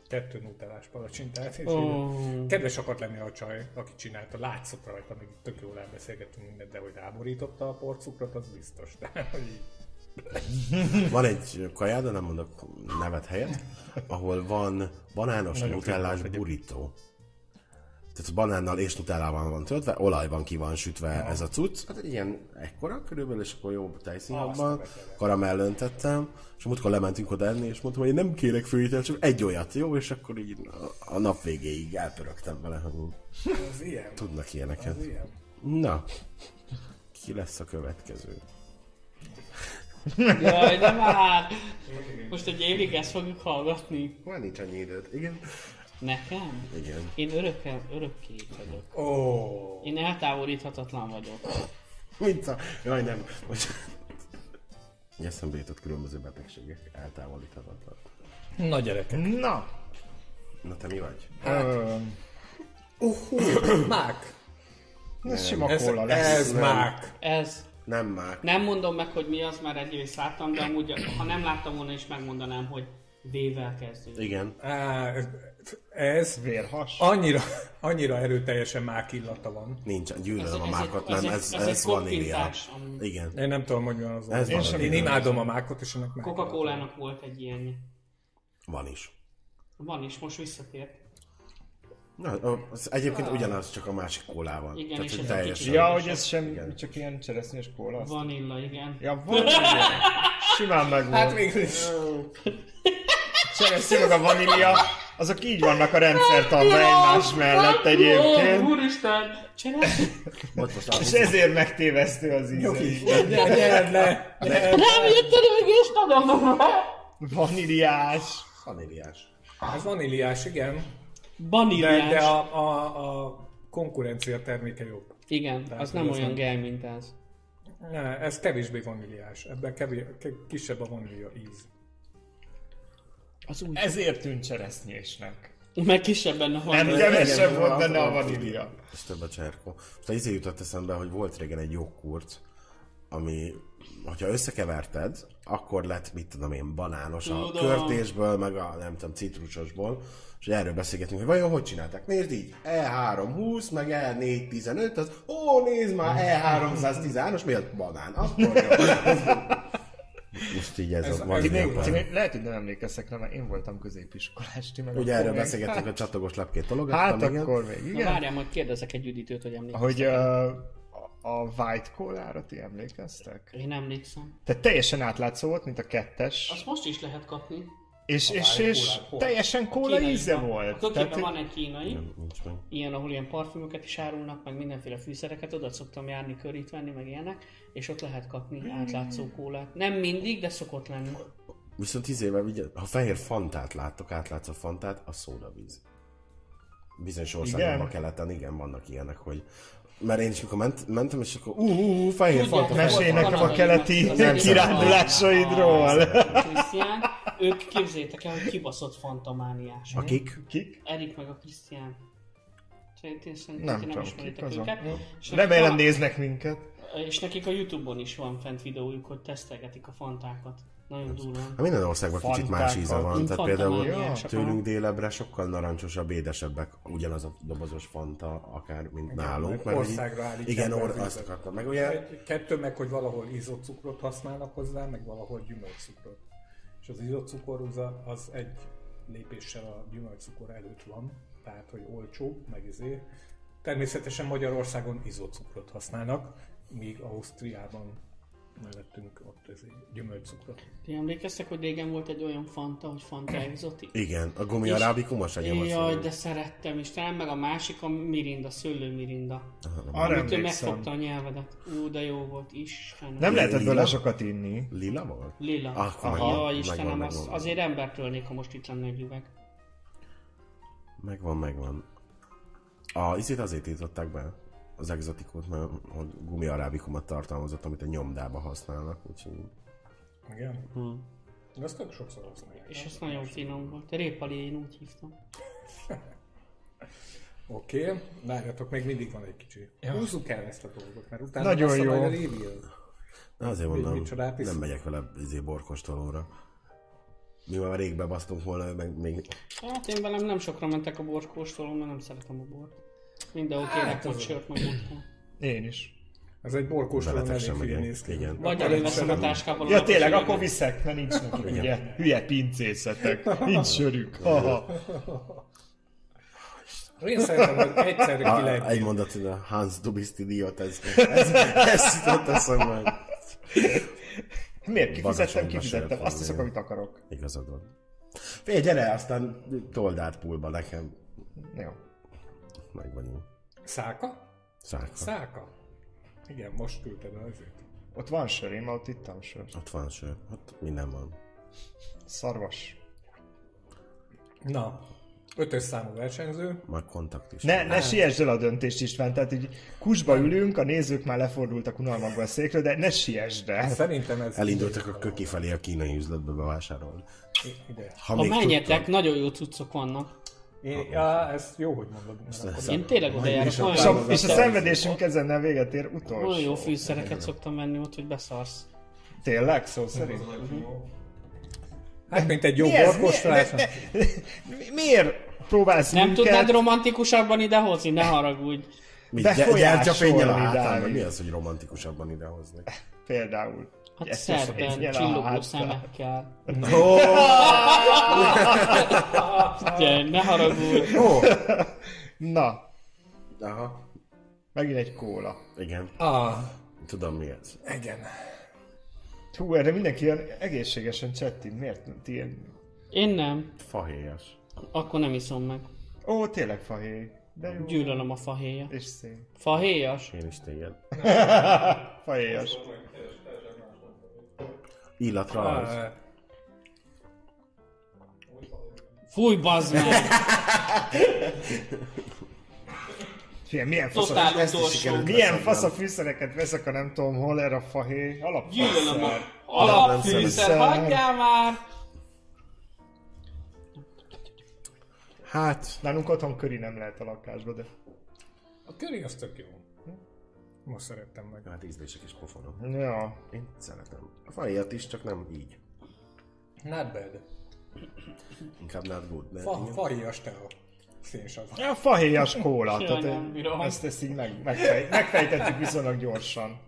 kettő nutellás palacsintát, és Ó. így kedves akart lenni a csaj, aki csinálta, látszott rajta, meg itt tök jól elbeszélgettünk mindent, de hogy ráborította a porcukrot, az biztos. De, hogy így. Van egy kajáda, nem mondok nevet helyet, ahol van banános nutellás burító. Tehát banánnal és nutellával van töltve, olajban ki van sütve ja. ez a cucc. Hát egy ilyen ekkora körülbelül, és akkor jó tejszínhabban, karamellöntettem, és múltkor lementünk oda enni, és mondtam, hogy én nem kérek főételt, csak egy olyat, jó? És akkor így a nap végéig elpörögtem vele, hogy Az ilyen. tudnak ilyeneket. Az ilyen. Na, ki lesz a következő? Jaj, de már! Most egy évig ezt fogjuk hallgatni. Már nincs annyi időt. Igen. Nekem? Igen. Én örökkel, örökké itt vagyok. Ó, oh, Én eltávolíthatatlan vagyok. Mint a... Jaj, nem. Most... Így Eszembe jutott különböző betegségek eltávolíthatatlan. na gyerekek. Na, Na te mi vagy? ö, Mák. ez sima Ez, kóla lesz. ez mák. Ez. Nem már. Nem mondom meg, hogy mi az, mert egyrészt láttam, de amúgy, ha nem láttam volna is megmondanám, hogy D-vel kezdődik. Igen. Á, ez, ez Vérhas. annyira, annyira erőteljesen mák illata van. Nincs. Ez- Gyűlölöm a ez mákat. egy- ez Nem, egy- ez, ez egy ez vanília. kottintás, amúgy. Igen. Én nem tudom, hogy van az Ez Én, van sem az én én. imádom a mákot, és ennek meg. Coca-Cola-nak volt egy ilyen. Van is. Van is, most visszatért. Na, az egyébként ugyanaz, csak a másik kólával. Ah. Igen, Tehát, és hogy ez egy teljesen. kicsit- Ja, hogy ez sem, Igen. csak ilyen cseresznyés kóla. az. Vanilla, igen. Ja, van ilyen. Simán megvan. Hát Hát, végül is. Cseresznyi meg a vanília, azok így vannak a rendszertanban egymás mellett Ó, egyébként. úristen! Csinálj! Volt most És az, ezért megtévesztő az izé. Nyugi, íze. gyere, gyere le. Nem jött elő, és nem adom Vaníliás. vaníliás. Ez vaníliás, igen. De, Vaníliás. de a, a, a konkurencia terméke jobb. Igen, hát, az nem az olyan nem- gel, mint ez. Ne, ez kevésbé vaníliás. Ebben kevés, kisebb a vanília íz. Az úgy. Ezért tűnt cseresznyésnek. Meg kisebb benne van. Nem, igen. kevesebb igen, volt van, benne a van. vanília. És több a cserkó. Most a izé jutott eszembe, hogy volt régen egy jogkurt, ami, hogyha összekeverted, akkor lett, mit tudom én, banános a Tudom. körtésből, meg a, nem tudom, citrusosból, és erről beszélgetünk, hogy vajon hogy csinálták. Nézd így, E320, meg E415, az, ó, nézd már, E E313-as, miért banán? Akkor jó. Most így ez, ez a Ti még, ti van. még, lehet, hogy nem emlékeztek rá, mert én voltam középiskolás, ti meg Ugye akkor erről még- beszélgettünk, a csatogos lepkét tologattam. Hát igen. akkor még, Na, igen. várjál, majd kérdezek egy üdítőt, hogy emlékszem. Hogy a, a White Cola-ra ti emlékeztek? Én emlékszem. Tehát teljesen átlátszó volt, mint a kettes, Azt most is lehet kapni. és, és, White és Cola-t hol? teljesen kóla Kínai izé íze van. A volt. kökében Tehát, van egy kínai, Nincs meg. ilyen, ahol ilyen parfümöket is árulnak, meg mindenféle fűszereket, oda szoktam járni, körít venni, meg ilyenek, és ott lehet kapni átlátszó kólát. Nem mindig, de szokott lenni. Viszont tíz éve, ugye, ha fehér fantát láttok, átlátsz a fantát, az szódavíz. Bizonyos országokban Igen? keleten, igen, vannak ilyenek, hogy... Mert én is, mikor ment, mentem, és akkor ú, ú, ú fehér fanta. volt- fehér mesélj fanta. volt nekem a valami- keleti az egyik- kirándulásaidról. A Krisztián, ők képzétek el, hogy kibaszott fantamániás. Akik? Kik? Erik meg a Krisztián. Szerintem szerintem Nem ti nem tudom, kik ismeritek azok. őket. És nekik Remélem van- néznek minket. És nekik a Youtube-on is van fent videójuk, hogy tesztelgetik a fantákat. Nagyon durván. Hát minden országban kicsit más Fantákat. íze van. Tehát például Fantamániások, tőlünk délebre sokkal narancsosabb, édesebbek ugyanaz a dobozos fanta, akár mint nálunk. mert mert így- országra állítják Igen, be az or, ízet. azt akartam. Meg ugye Kettő meg, hogy valahol izocukrot használnak hozzá, meg valahol gyümölcscukrot. És az izocukor az a- az egy lépéssel a gyümölcscukor előtt van, tehát hogy olcsó, meg izé. Természetesen Magyarországon izocukrot használnak, míg Ausztriában mellettünk ott ez gyümölcscukrot. Ti emlékeztek, hogy régen volt egy olyan fanta, hogy fanta exotik? igen, a gumi És- arábikumos a nyomat Jaj, szörnyű. de szerettem is. Talán meg a másik a mirinda, szőlő mirinda. Arra Amitől emlékszem. megfogta a nyelvedet. Ú, de jó volt, Istenem. Nem lehetett Lila? bele sokat inni. Lila volt? Lila. Ah, akkor Aha. megvan, Jaj, megvan, Istenem, megvan, az, megvan. azért embert ölnék, ha most itt lenne egy üveg. Megvan, megvan. A izét azért tiltották be, az exotikot, mert a gumiarábikumot tartalmazott, amit a nyomdába használnak, úgyhogy... Igen? Hmm. Ezt tök sokszor használják. És ez nagyon finom volt. Répali, én úgy hívtam. Oké, okay. várjatok, még mindig van egy kicsi. Ja. Húzzuk el ezt a dolgot, mert utána Nagyon lesz a jó. nagy review. Na, azért Mi- mondom, micsodát isz? nem megyek vele izé borkostolóra. Mi már rég bebasztunk volna, ő meg még... Hát én velem nem sokra mentek a borkóstolón, mert nem szeretem a bort. Mindenhol Hát, kérek ott sört, meg vodka. Én is. Ez egy borkós elég Veletek sem hülye megyek. néz ki. Igen. Vagy előveszem a táskából. a Ja tényleg, lapos akkor viszek, mert nincs nekik ugye hülye pincészetek, nincs sörük. Aha. Én szerintem, hogy egyszerre ki A, lehet Ah, egy mondat, hogy a Hans Dubiszti díjat, ez, ez, ez jutott eszembe. Miért kifizettem, Bagacsonyba kifizettem, sört azt hiszek, van, amit akarok. Igazad van. Fé, gyere, aztán told át pulba nekem. Jó. Meg vagyunk. Száka? Száka. Száka? Igen, most küldted el azért. Ott van sör, én már ott ittam sör. Ott van sör. Ott minden van. Szarvas. Na, ötös számú versenyző. Már kontakt is. Ne, ne siessd el a döntést István, tehát így kusba ülünk, a nézők már lefordultak unalmakban a székről, de ne siessd el. Szerintem ez Elindultak a köki felé a kínai üzletbe bevásárolni. ide. Ha Ha menjetek, tudtam. nagyon jó cuccok vannak. Én, ja, ezt jó, hogy mondod. Én tényleg oda járok. is a És a, Nagyon, és a jó- szenvedésünk ezennel véget ér nagyon jó utolsó. fűszereket szoktam venni ott, hogy beszarsz. Tényleg, szó szerint? Hát, mint egy jó Mi ez? borkós Mi- versenyző. Mi- Miért próbálsz Nem minket? tudnád romantikusabban idehozni? Ne haragudj. Mit, befolyásolni, gyertyafénnyel a Dávid. hátán, mi az, hogy romantikusabban idehozni? Például. Hát Ezt szerben, fényjel a csillogó háttal. szemekkel. Ó, Ugye, ne haragudj. ó! Na, Aha, megint egy kóla. igen, Ah, tudom mi ez. igen. Hú, erre mindenki ilyen egészségesen csettint. Miért nem ti ilyen? Én nem. Fahéjas. Akkor nem iszom meg. Ó, tényleg fahéj. De jó. Gyűlölöm a fahéja. És szép. Fahéjas? Én is téged. Fahéjas. Illatra az. Ah, Fúj, bazd meg! Milyen, milyen fasz a, Totál utolsó. sikerült. milyen fasz a fűszereket veszek, a nem tudom hol, erre a fahéj. Gyűlölöm a Alapfaszer. alapfűszer, Alapfűszer. hagyjál már! Hát, Nálunk otthon köri nem lehet a lakásba, de... A köri az tök jó. Hm? Most szerettem meg. hát ízlések és pofonok. Ja, Én szeretem. Van ilyet is, csak nem így. Not bad. Inkább not good. Mert Fa, igen. fahias te a szénsav. Ja, fahéjas kóla, tehát eh, nem bírom. ezt, ezt így meg, megfej, megfejtettük viszonylag gyorsan.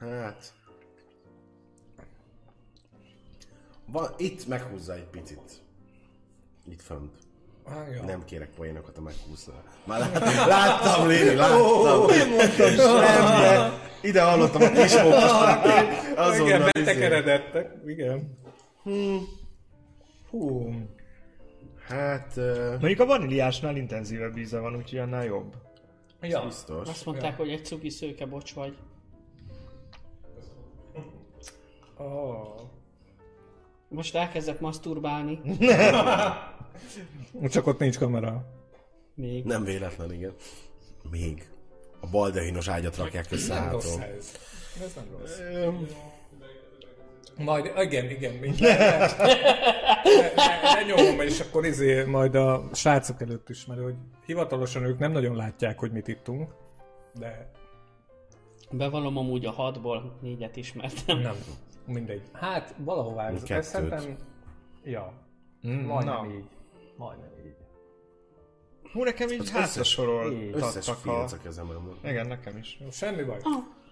Hát... Van, itt meghúzza egy picit. Itt fönt. Ah, ja. Nem kérek poénokat, ha meghúzza. Már lát, láttam, Léni, láttam. Én mondtam sem. Ide hallottam a kis mókosnak. Igen, Azonnal izé. betekeredettek. Igen. Hú. Hát, ö, Mondjuk a vaníliásnál intenzívebb íze van, úgyhogy annál jobb. Ja. biztos. Azt mondták, hogy egy cuki szőke bocs vagy. Oh. Most elkezdek maszturbálni. Csak ott nincs kamera. Még. Nem véletlen, igen. Még. A baldahinos ágyat rakják össze Nem rossz hátul. ez. Ez nem rossz. Majd, igen, igen, mindjárt. Ne, ne, ne nyomom, és akkor izé majd a srácok előtt is, mert hogy hivatalosan ők nem nagyon látják, hogy mit ittunk, de Bevallom amúgy a hatból négyet ismertem. nem, mindegy. Hát valahová ez Kettőt. ez szerintem... Ja, majdnem na. így. Majdnem így. Hú, nekem így hátra összes- Összes soroltattak a... filc a kezemre. Igen, nekem is. Semmi baj.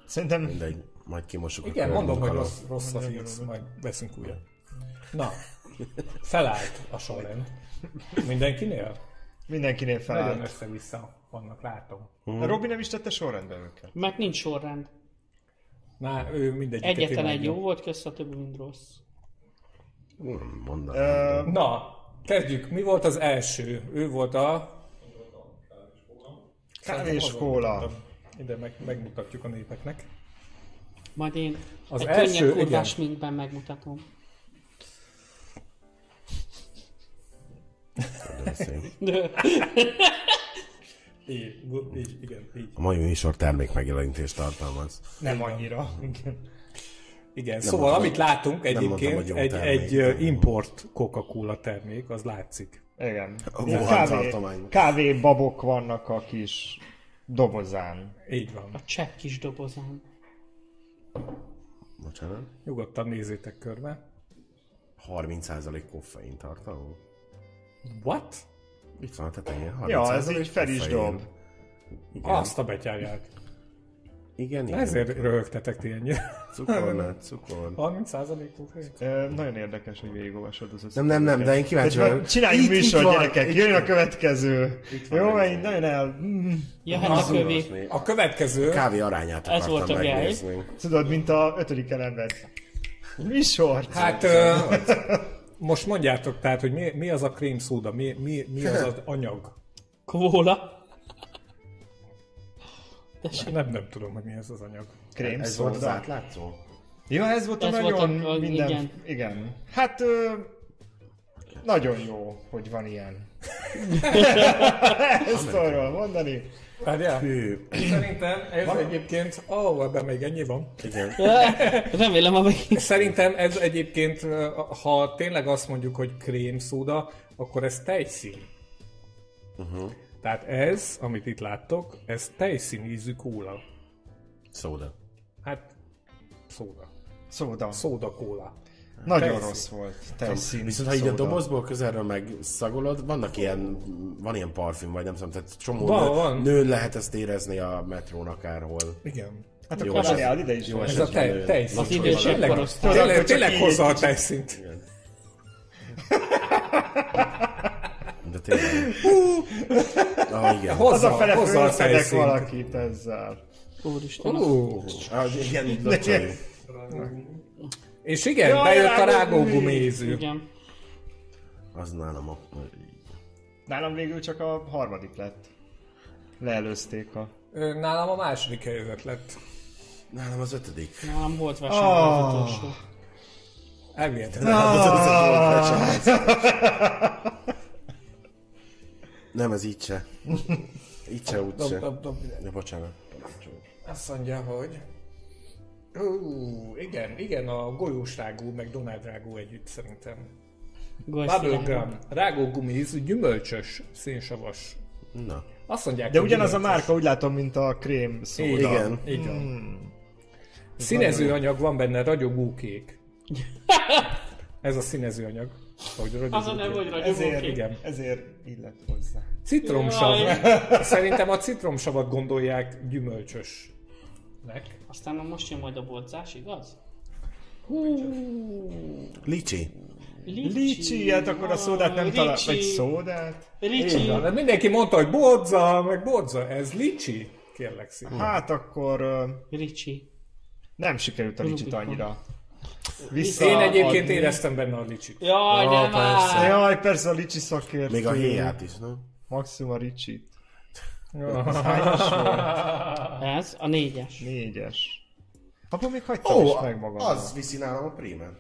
Szerintem Mindegy, majd kimosuk a Ah. Igen, körmünk mondom, hogy alól. rossz, rossz a filc, majd veszünk újat. Na, felállt a sorrend. Mindenkinél? mindenkinél Nagyon felállt. össze-vissza vannak, látom. A Robi nem is tette sorrendbe őket. Mert nincs sorrend. Na, ő mindegyiket Egyetlen egy imádja. jó volt, közt a többi mind rossz. Nem mondom. Na, kezdjük. Mi volt az első? Ő volt a... Kávés, kóla. Ide meg, megmutatjuk a népeknek. Majd én az Az egy első, első, kurvás minkben megmutatom. De Így, gu- így igen, így. A mai műsor termék megjelenítést tartalmaz. Nem annyira. Igen, szóval mondtam, amit látunk egyébként, mondtam, hogy egy, jó egy termék. ö, import Coca-Cola termék, az látszik. Igen. Wuhan Kávé, tartomány. kávébabok vannak a kis dobozán. Így van. a csepp kis dobozán. Bocsánat. Nyugodtan nézzétek körbe. 30% koffein tartalmú. What? Itt van a tetején. 30% Ja, ez így fel is koffein. dob. Igen, Azt a betyárját. igen, igen. Ezért röhögtetek ti ennyire. Cukornát, cukor. 30 százalékuk? Ö, nagyon érdekes, hogy végigolvasod az összes. Nem, nem, nem, de én kíváncsi vagyok. Csináljunk Itt- itt műsor, van, gyerekek, itt- jön a következő. van Jó, egy mert ilyen. így nagyon el... mm. Ja, hát a kövé. Olvasni. A következő... Kávé arányát Ez akartam volt a gej. megnézni. Tudod, mint a ötödik elemet. Műsort. Hát ö, most mondjátok, tehát, hogy mi, mi az a cream soda, mi, mi, mi az az anyag? Kóla. Nem, nem tudom, hogy mi ez az anyag. Krém Ez volt az szóda. átlátszó? Ja, ez volt a Ez nagyon volt a- a- minden... Igen. igen. Hát... Ö, nagyon jó, hogy van ilyen. Ezt arról mondani. Várjál. Hű, Szerintem ez Hát, egyébként... Ó, oh, ebben még ennyi van. igen. Remélem, a Szerintem ez egyébként, ö, ha tényleg azt mondjuk, hogy krém szóda, akkor ez tejszín. Uh-huh. Tehát ez, amit itt láttok, ez tejszín ízű kóla. Szóda. Hát, szóda. Szóda. Szóda kóla. Nagyon tejszín. rossz volt. Tejszín. Szóval Viszont ha így a szóda. dobozból közelről megszagolod, vannak ilyen, van ilyen parfüm, vagy nem tudom, tehát csomó Van, nő, van. nőn lehet ezt érezni a metrón akárhol. Igen. Hát Jó akkor eset. várjál, ide is jó Ez a tej, tejszín. Az idősebb Tényleg- korosztály. Tényleg, Akkor csak tényleg így hozza a egy kicsit. tejszint. De tényleg. ah, igen. Az a fele hozzá a fölszedek tejszínt. valakit ezzel. Úristen, Ú, Ah, igen, így locsoljuk. És igen, Jaj, bejött a rágógumi. rágógumi ízű. igen. Az nálam a... Nálam végül csak a harmadik lett. Leelőzték a... Ö, Nálam a második helyzet lett. Nálam az ötödik. Nálam volt vásárló az utolsó. Elvihetetlen. Nem, ez így se. Így se, úgy Dob, se. dob, dob ide. Ja, bocsánat. Azt mondja, hogy... Ú, igen, igen, a golyósrágú meg Donald rágó együtt szerintem. Golyszilárd. Bubblegum, rágógumi ízű, gyümölcsös, szénsavas. Na. Azt mondják, De hogy ugyanaz a gyümölcsös. márka, úgy látom, mint a krém Így szóda. van, Igen. így van. Hmm. Színező anyag van benne, ragyogókék. Ez a színező anyag. Hogy Az a nem, hogy Ezért, ragyogókék. igen. Igen. ezért illet hozzá. Citromsav. Jaj. Szerintem a citromsavat gondolják gyümölcsösnek. Aztán most jön majd a bodzás, igaz? Licsi. Licsi, Licsi, hát akkor a szódát nem Licsi. talál, vagy szódát. Licsi. Így van, de mindenki mondta, hogy bodza, meg bodza. Ez licsi? Kérlek szépen. Hát akkor ö, Ricsi. nem sikerült a licsit annyira. Vissza Én egyébként éreztem benne a licsit. Jaj, Ó, nem persze. áll. Jaj, persze a licsi szakértő. Még a héját is, nem? Maximum a ricsit. Ez a négyes. Négyes. Abban még hagytam Ó, is meg magam. az viszi nálam a prímet.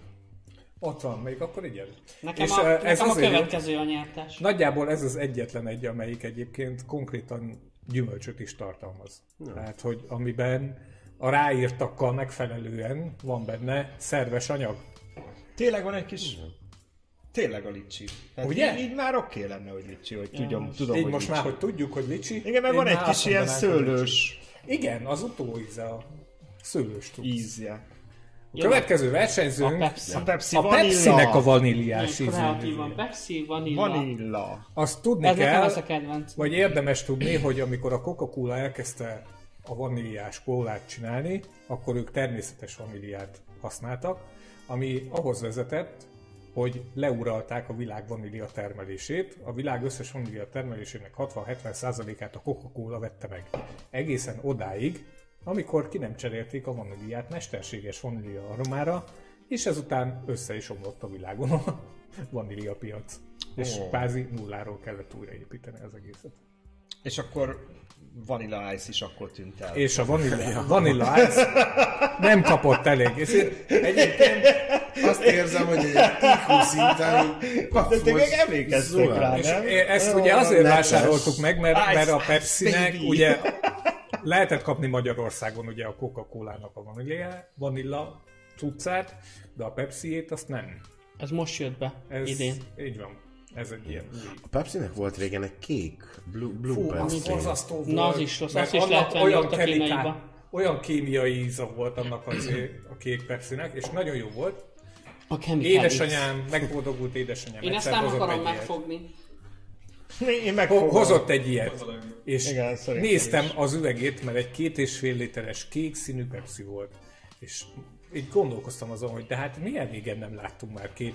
Ott van, még akkor igen. Nekem, És, a, eh, ez nekem a azért jó. következő a nyertes. Nagyjából ez az egyetlen egy, amelyik egyébként konkrétan gyümölcsöt is tartalmaz. Tehát, hogy amiben a ráírtakkal megfelelően van benne szerves anyag. Tényleg van egy kis... Tényleg a licsi. Tehát Ugye? Így, így már oké lenne, hogy licsi, hogy tudjam, tudom, Így hogy most licsi. már, hogy tudjuk, hogy licsi. Igen, mert én van egy már kis azt ilyen mondanám, hogy szőlős licsi. Igen, az utóíze a szőlős tuk. ízje. A következő A versenyzőnk Pepsi. A Pepsi a vanilla. Pepsi-nek a vaníliás Kreatívan. ízű. Pepsi, vanilla. Vanilla. Azt tudni Ez nekem izé. kell, az a kedvenc. vagy érdemes tudni, hogy amikor a Coca-Cola elkezdte a vaníliás kólát csinálni, akkor ők természetes vaníliát használtak, ami ahhoz vezetett, hogy leuralták a világ vanília termelését. A világ összes vanília termelésének 60-70%-át a Coca-Cola vette meg. Egészen odáig, amikor ki nem cserélték a vaníliát mesterséges vanília aromára, és ezután össze is omlott a világon a vanília piac. És kvázi nulláról kellett újraépíteni az egészet. És akkor Vanilla Ice is akkor tűnt el. És a Vanilla, vanilla Ice nem kapott elég. És én egyébként, Azt érzem, hogy egy IQ szinten De te még kapfos emlékeztek zuhany. rá, és nem? én ezt ugye azért vásároltuk meg, mert, Ice, mert a ice, Pepsi-nek baby. ugye lehetett kapni Magyarországon ugye a Coca-Cola-nak a vanilla, vanilla cuccát, de a Pepsi-ét azt nem. Ez most jött be Ez, idén. Így van. Ez egy ilyen. A Pepsi-nek volt régen egy kék, blue, blue Fú, az Pepsi. borzasztó volt. Na, az is rossz, mert azt is lehet annak venni ott a kínaiba. olyan kémiai íza volt annak az a kék Pepsi-nek, és nagyon jó volt. A chemical X. Édesanyám, megboldogult édesanyám. Én ezt egyszer nem hozott akarom egy ilyet. megfogni. Én megfogom. Ho- Hozott egy ilyet. És Igen, szerintem néztem az üvegét, mert egy két és fél literes kék színű Pepsi volt. És így gondolkoztam azon, hogy de hát milyen régen nem láttunk már két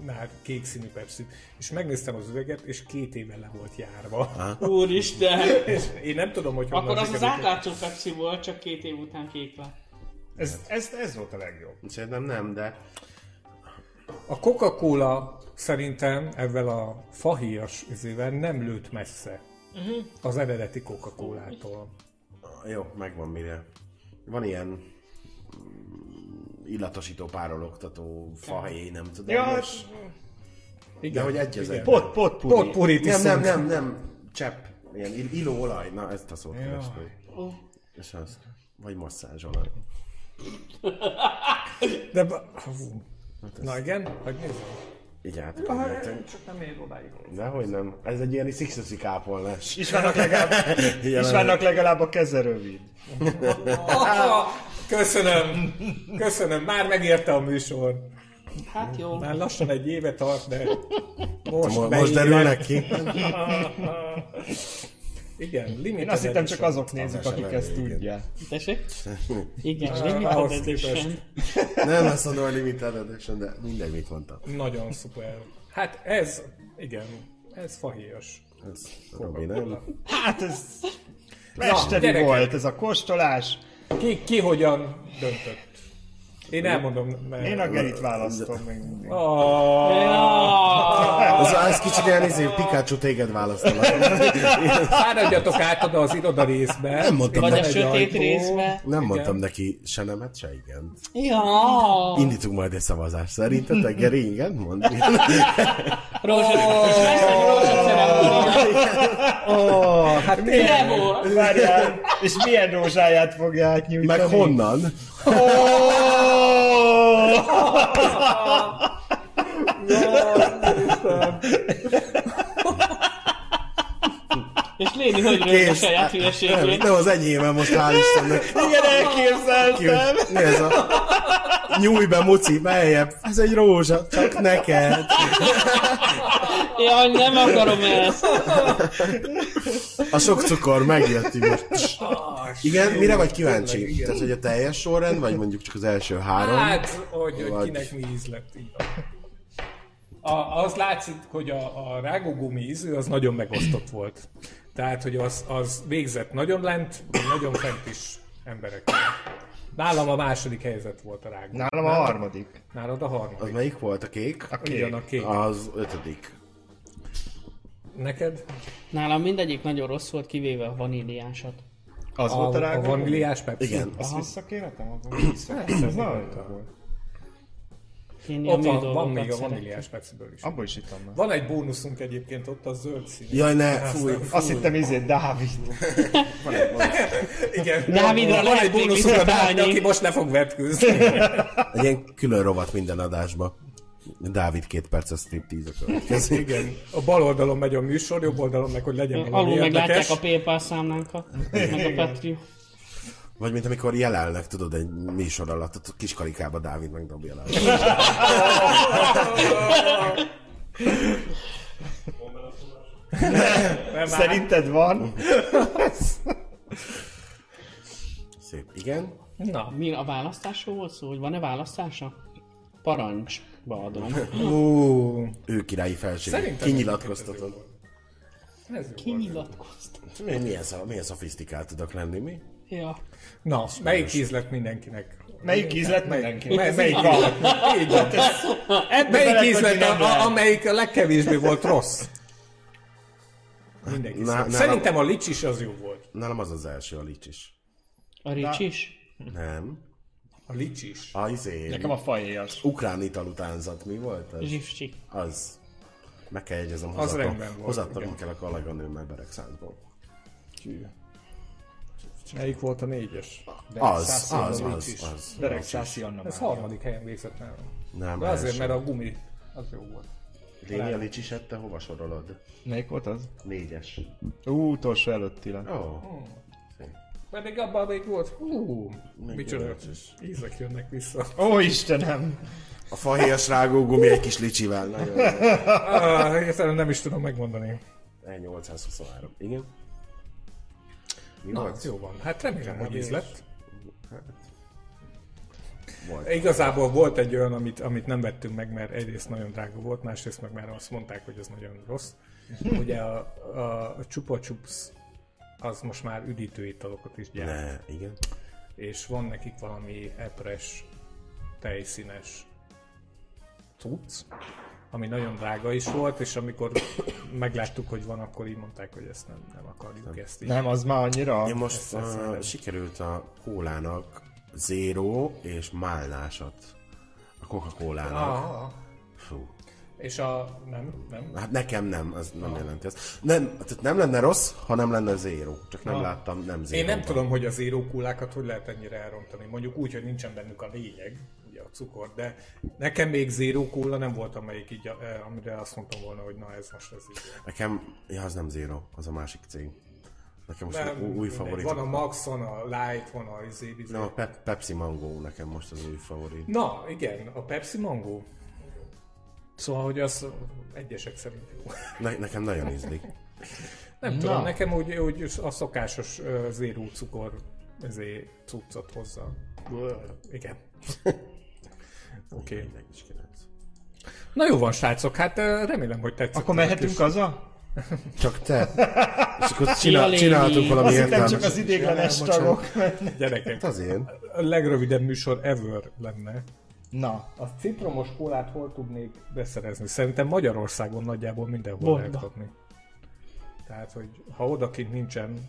már kék színű pepsi És megnéztem az üveget, és két éve le volt járva. Úristen! És én nem tudom, hogy honnan Akkor az az sikerült. átlátszó Pepsi volt, csak két év után kék lett. Ez, ez, ez volt a legjobb. Szerintem nem, de A Coca-Cola szerintem ezzel a fahíjas izével nem lőtt messze az eredeti Coca-Colától. jó, megvan mire. Van ilyen mm, illatosító párologtató fahéj, nem tudom. Ja, és- de hogy egy az egy. pot, pot, puri. Pot purit Nem, nem, nem, nem, csepp. Ilyen ill- illóolaj, na ezt a szót kerestem. És az. Vagy masszázsolaj. De... b- Hú. Na igen, hogy nézzem. Így átkerültünk. hát Csak nem ér odáig. Dehogy nem. Ez egy ilyen szixuszi kápolnás. Istvánnak legalább, Istvánnak legalább a keze rövid. Aha, köszönöm, köszönöm, már megérte a műsor. Hát jó. Már lassan egy éve tart, de most, Mo- Most beírják. derül neki. Igen, limited Én azt hittem csak edition. azok nézik, akik ezt tudják. Tessék? Igen, nem ahhoz mi Nem azt mondom, hogy limited edition, de mindegy, mit mondtam. Nagyon szuper. Hát ez, igen, ez fahéjas. Ez Robi, nem? Hát ez mesteri gyerekek. volt ez a kóstolás. Ki, ki hogyan döntött? Én elmondom, mert... Én a Gerit választom még mindig. Ah, Ez, ez kicsit ilyen izé, Pikachu téged választanak. Fáradjatok át oda az iroda részbe. Nem mondtam Itt Vagy neki. a van egy sötét ajtó. részbe. Nem mondtam neki se nemet, se igen. Ja. Indítunk majd egy szavazást. Szerintetek Geri igen mond? Rózsaszín. Lesz egy rózsaszín. Ó, hát Nem milyen, volt. várjál, és milyen rózsáját fogja átnyújtani? Meg honnan? Ó! Értem. És Léni hogy röhög a saját Nem, hülyeségét. nem az enyémem most, hál' Istennek. Igen, elképzeltem. Mi ez a... Nyújj be, muci, beljebb. Ez egy rózsa, csak neked. Jaj, nem akarom ezt. A sok cukor megjött, igen. Igen, mire vagy kíváncsi? Tehát, hogy a teljes sorrend, vagy mondjuk csak az első három? Hát, hogy, hogy Vagy- kinek mi íz lett, így van. A, az látszik, hogy a, a rágógumi ízű az nagyon megosztott volt. Tehát, hogy az, az végzett nagyon lent, vagy nagyon fent is emberekkel. Nálam a második helyzet volt a rágó. Nálam a harmadik. Nálad a harmadik. Az melyik volt a kék? A kék. Ugyan a kék. Az ötödik. Neked? Nálam mindegyik nagyon rossz volt, kivéve a vaníliásat. Az A, volt a a rágó? vaníliás Pepsi? Igen. Azt visszakérhetem? Abban visszakérhetem. Ez nagyon jó volt. Én ilyen Ott mély van, van dolgokat még a szeretem. vaníliás Pepsiből is. Abban is ittam már. Van egy bónuszunk egyébként ott a zöld szín. Jaj, ne, fúj. Azt hittem, izé, Dávid. Igen. Dávidra van lehet egy még bónuszunk a Dávid, visszatállni. aki most le fog vetkőzni. Egy ilyen külön rovat minden adásba. Dávid két perces striptease a következő. Igen. A bal oldalon megy a műsor, jobb oldalon meg, hogy legyen valami Alul meglátják érdekes. a PayPal számlánkat, meg a Patreon. Vagy mint amikor jelelnek, tudod, egy műsor alatt, ott a kis karikába Dávid meg Dobby jelel. Nem, Szerinted van? Szép. Igen. Na, Mi a választásról volt szó, hogy van-e választása? Parancsba adom. Ú, Ő királyi felség. Szerintem Kinyilatkoztatod. ez jó. volt. Kinyilatkoztam. Mi- Milyen, szav, milyen szofisztikált tudok lenni, mi? Ja. Na, melyik íz lett mindenkinek? Melyik íz lett Mely- mindenkinek? Melyik íz lett? Így van. Melyik íz lett, a- a- amelyik a legkevésbé volt rossz? Mindenki Na- szerint. nálam- Szerintem a licsis az jó volt. Nálam az az első, a licsis. A Rics is? Nem. A licsis. A izé, Nekem a fahéjas. ukrán ital utánzat, mi volt az? Zsifcsik. Az. Meg kell jegyezem, rendben hozatnak, volt, hozatnak kell a kalaganőmmel Beregszántból. Melyik volt a négyes? Az, Szászi az, Anna az, az. Derek Szászi Anna Ez Mária. harmadik helyen végzett nálam. Nem, De azért, mert a gumi az jó volt. Lényi a licsiset, te hova sorolod? Melyik volt az? Négyes. Ú, utolsó előtti lett. Ó, oh, Mert még abban még volt, hú, micsoda licsis. ízek jönnek vissza. Ó, Istenem! a fahéjas rágógumi egy kis licsivel. Nagyon jó. Ah, Értelem nem is tudom megmondani. 823. Igen. Mi Na, volt? jó van. Hát remélem, hogy íz lett. Volt. Igazából volt egy olyan, amit, amit nem vettünk meg, mert egyrészt nagyon drága volt, másrészt meg már azt mondták, hogy ez nagyon rossz. Ugye a, a, a Chupa Chups az most már üdítőitalokat is gyárt, Ne, igen. és van nekik valami epres, tejszínes cucc, ami nagyon drága is volt, és amikor megláttuk, hogy van, akkor így mondták, hogy ezt nem, nem akarjuk ezt így. Nem, az már annyira... Én most uh, sikerült a kólának zéró és málnásat. A Coca-Colának. Ah, Fú. és a... nem, nem. Hát nekem nem, az nem jelenti ezt. Nem, tehát nem lenne rossz, ha nem lenne zéró. Csak nem láttam, nem zéró. Ah. Én nem tudom, hogy az írókulákat hogy lehet ennyire elrontani. Mondjuk úgy, hogy nincsen bennük a lényeg, ugye a cukor, de nekem még zérókóla nem volt, amelyik így, eh, amire azt mondtam volna, hogy na ez most ez így. Nekem, ja, az nem zéró, az a másik cég. Nekem most Nem, nem, új mindegy. favorit. Van a Maxon, a Light, van a izé, izé. Nem, a Pep- Pepsi Mango nekem most az új favorit. Na, igen, a Pepsi Mango. Szóval, hogy az egyesek szerint jó. Ne, nekem nagyon ízlik. Nem Na. tudom, nekem úgy, úgy a szokásos ö, zéró cukor ezé cuccot hozza. Igen. Oké. Okay. Mindenki is kilenc. Na jó van, srácok, hát ö, remélem, hogy tetszett. Akkor mehetünk haza? Csak te. És akkor Szia, csinál, Léni. csináltunk valami Azt hittem értelmes. csak az idéglenes tagok. Gyerekek, Hát az én. a legrövidebb műsor ever lenne. Na, A citromos kólát hol tudnék beszerezni? Szerintem Magyarországon nagyjából mindenhol lehet kapni. Tehát, hogy ha odakint nincsen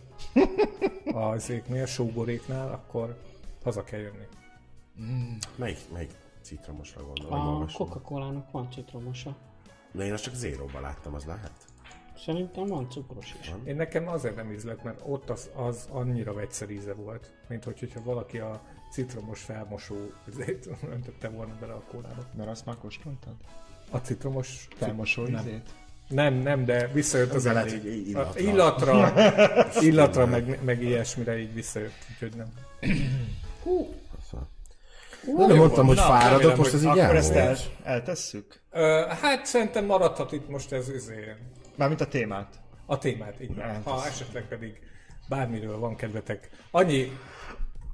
az éknél, sógoréknál, akkor haza kell jönni. Melyik, melyik citromosra gondolom? A olvasom. Coca-Cola-nak van citromosa. De én azt csak zéróba láttam, az lehet? Szerintem van cukros is. Én nekem azért nem ízlett, mert ott az, az annyira vegyszer íze volt, mint hogy, hogyha valaki a citromos felmosó ízét öntötte volna bele a kólába. mert azt már kóstoltad? A citromos Termosó nem. izét. Nem, nem, de visszajött az lehet, elég. hogy így A illatra. illatra, illatra meg, meg ilyesmire így visszajött, úgyhogy nem. Na, de mondtam, hogy Na, fáradok, remélem, most hogy ez így Akkor ezt el, elmúlt. eltesszük? Ö, hát szerintem maradhat itt most ez izé, Mármint a témát. a témát, így van. Hát Ha esetleg pedig bármiről van kedvetek. Annyi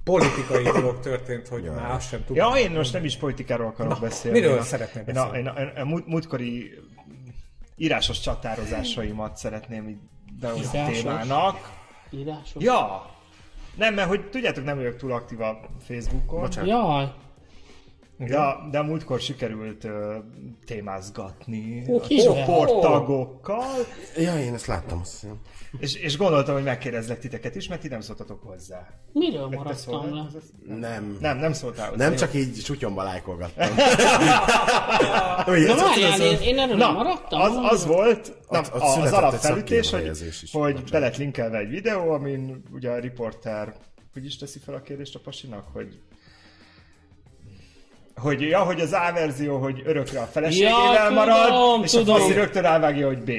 politikai dolog történt, hogy már azt sem tudom. Ja, én most nem is politikáról akarok Na, beszélni. miről Én a- szeretnél én a- beszélni? Én a, én a, múlt- múltkori írásos csatározásaimat szeretném így behozni Írásos? témának. Írások? Ja! Nem, mert hogy tudjátok, nem vagyok túl aktív a Facebookon. Bocsánat. Jaj, De, de múltkor sikerült ö, témázgatni Ó, a kivel? csoporttagokkal, Ja, én ezt láttam, azt hiszem. és, és gondoltam, hogy megkérdezlek titeket is, mert ti nem szóltatok hozzá. miről Te maradtam le? szóltál? Nem. Nem, nem szóltál hozzá. Nem csak így sutyomba lájkolgattam. Na várjál, én, én erről nem maradtam? az, az volt nem, ott a, az született egy alapfelütés, hogy, szakérvejezés is. hogy be lett linkelve egy videó, amin ugye a riporter hogy is teszi fel a kérdést a pasinak, hogy hogy, ja, hogy az A verzió, hogy örökre a feleségével Ja, marad, tudom, és tudom. a faszi rögtön rávágja, hogy B.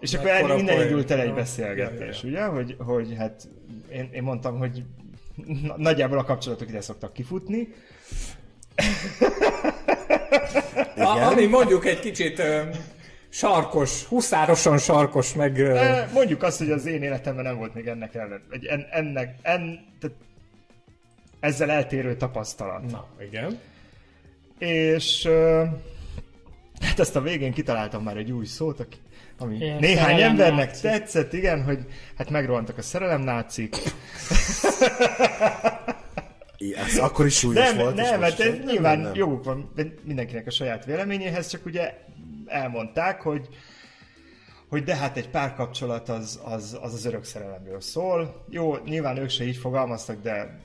És akkor el, Mekkora innen poén. indult el egy Ja. beszélgetés, ugye? Hogy, hogy hát én, én mondtam, hogy na- nagyjából a kapcsolatok ide szoktak kifutni, A, ami mondjuk egy kicsit ö, sarkos, huszárosan sarkos, meg ö, Ö, Mondjuk azt, hogy az én életemben nem volt még ennek ellen, vagy en, ennek, en, tehát ezzel eltérő tapasztalat. na, igen. És ö, hát ezt a végén kitaláltam már egy új szót, aki, ami Ilyen néhány szerelem embernek náci. tetszett, igen, hogy hát megrohantak a szerelemnácik. Ez akkor is súlyos Nem, volt. és nem, most hát ez sem. nyilván nem, nem. joguk van mindenkinek a saját véleményéhez, csak ugye elmondták, hogy hogy de hát egy párkapcsolat az az, az, az örök szerelemről szól. Jó, nyilván ők se így fogalmaztak, de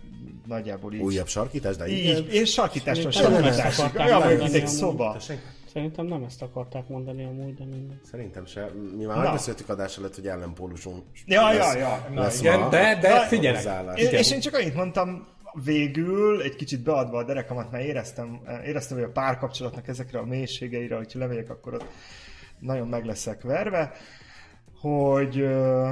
nagyjából így. Újabb sarkítás, de hát így. Így, és sarkítástól Szerintem nem ezt sarkításig. akarták Olyan vagyok, mint mondani amúgy. egy szoba. Hát Szerintem nem ezt akarták mondani amúgy, de mindegy. Szerintem se. Mi már Na. megbeszéltük adás előtt, hogy ellenpólusunk Ja, lesz- ja, ja. Na, lesz igen, ma. de, de Na, figyelek. hozzáállás. Én, és én csak annyit mondtam végül, egy kicsit beadva a derekamat, mert éreztem, éreztem hogy a párkapcsolatnak ezekre a mélységeire, hogyha lemegyek, akkor ott nagyon meg leszek verve, hogy, ö,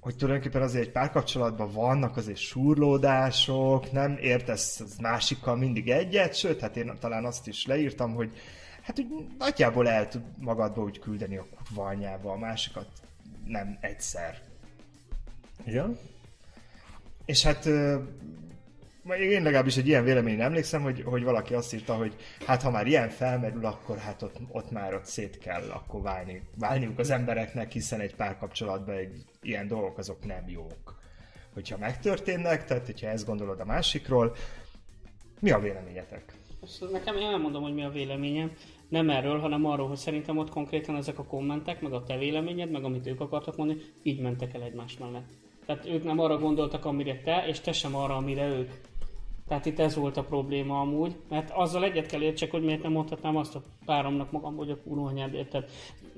hogy tulajdonképpen azért egy párkapcsolatban vannak azért súrlódások, nem értesz az másikkal mindig egyet, sőt, hát én talán azt is leírtam, hogy hát úgy nagyjából el tud magadba úgy küldeni a kurva anyába a másikat, nem egyszer. Igen. És hát ö, én legalábbis egy ilyen véleményre emlékszem, hogy, hogy valaki azt írta, hogy hát ha már ilyen felmerül, akkor hát ott, ott már ott szét kell akkor válni, válniuk az embereknek, hiszen egy párkapcsolatban egy, ilyen dolgok azok nem jók. Hogyha megtörténnek, tehát hogyha ezt gondolod a másikról, mi a véleményetek? Ezt Nekem én elmondom, hogy mi a véleményem. Nem erről, hanem arról, hogy szerintem ott konkrétan ezek a kommentek, meg a te véleményed, meg amit ők akartak mondani, így mentek el egymás mellett. Tehát ők nem arra gondoltak, amire te, és te sem arra, amire ők. Tehát itt ez volt a probléma amúgy, mert azzal egyet kell értsek, hogy miért nem mondhatnám azt a páromnak magam, hogy a kurvanyád, érted?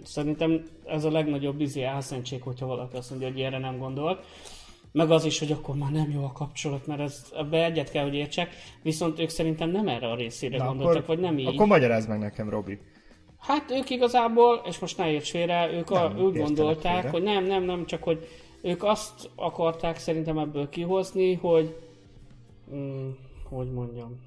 Szerintem ez a legnagyobb izé álszentség, hogyha valaki azt mondja, hogy ilyenre nem gondolt. Meg az is, hogy akkor már nem jó a kapcsolat, mert ez, ebbe egyet kell, hogy értsek, viszont ők szerintem nem erre a részére Na, gondoltak, akkor, vagy nem így. akkor magyarázd meg nekem, Robi. Hát ők igazából, és most ne érts félre, ők a, Nem úgy értelek gondolták, félre. hogy nem, nem, nem, csak hogy ők azt akarták szerintem ebből kihozni, hogy mm, hogy mondjam,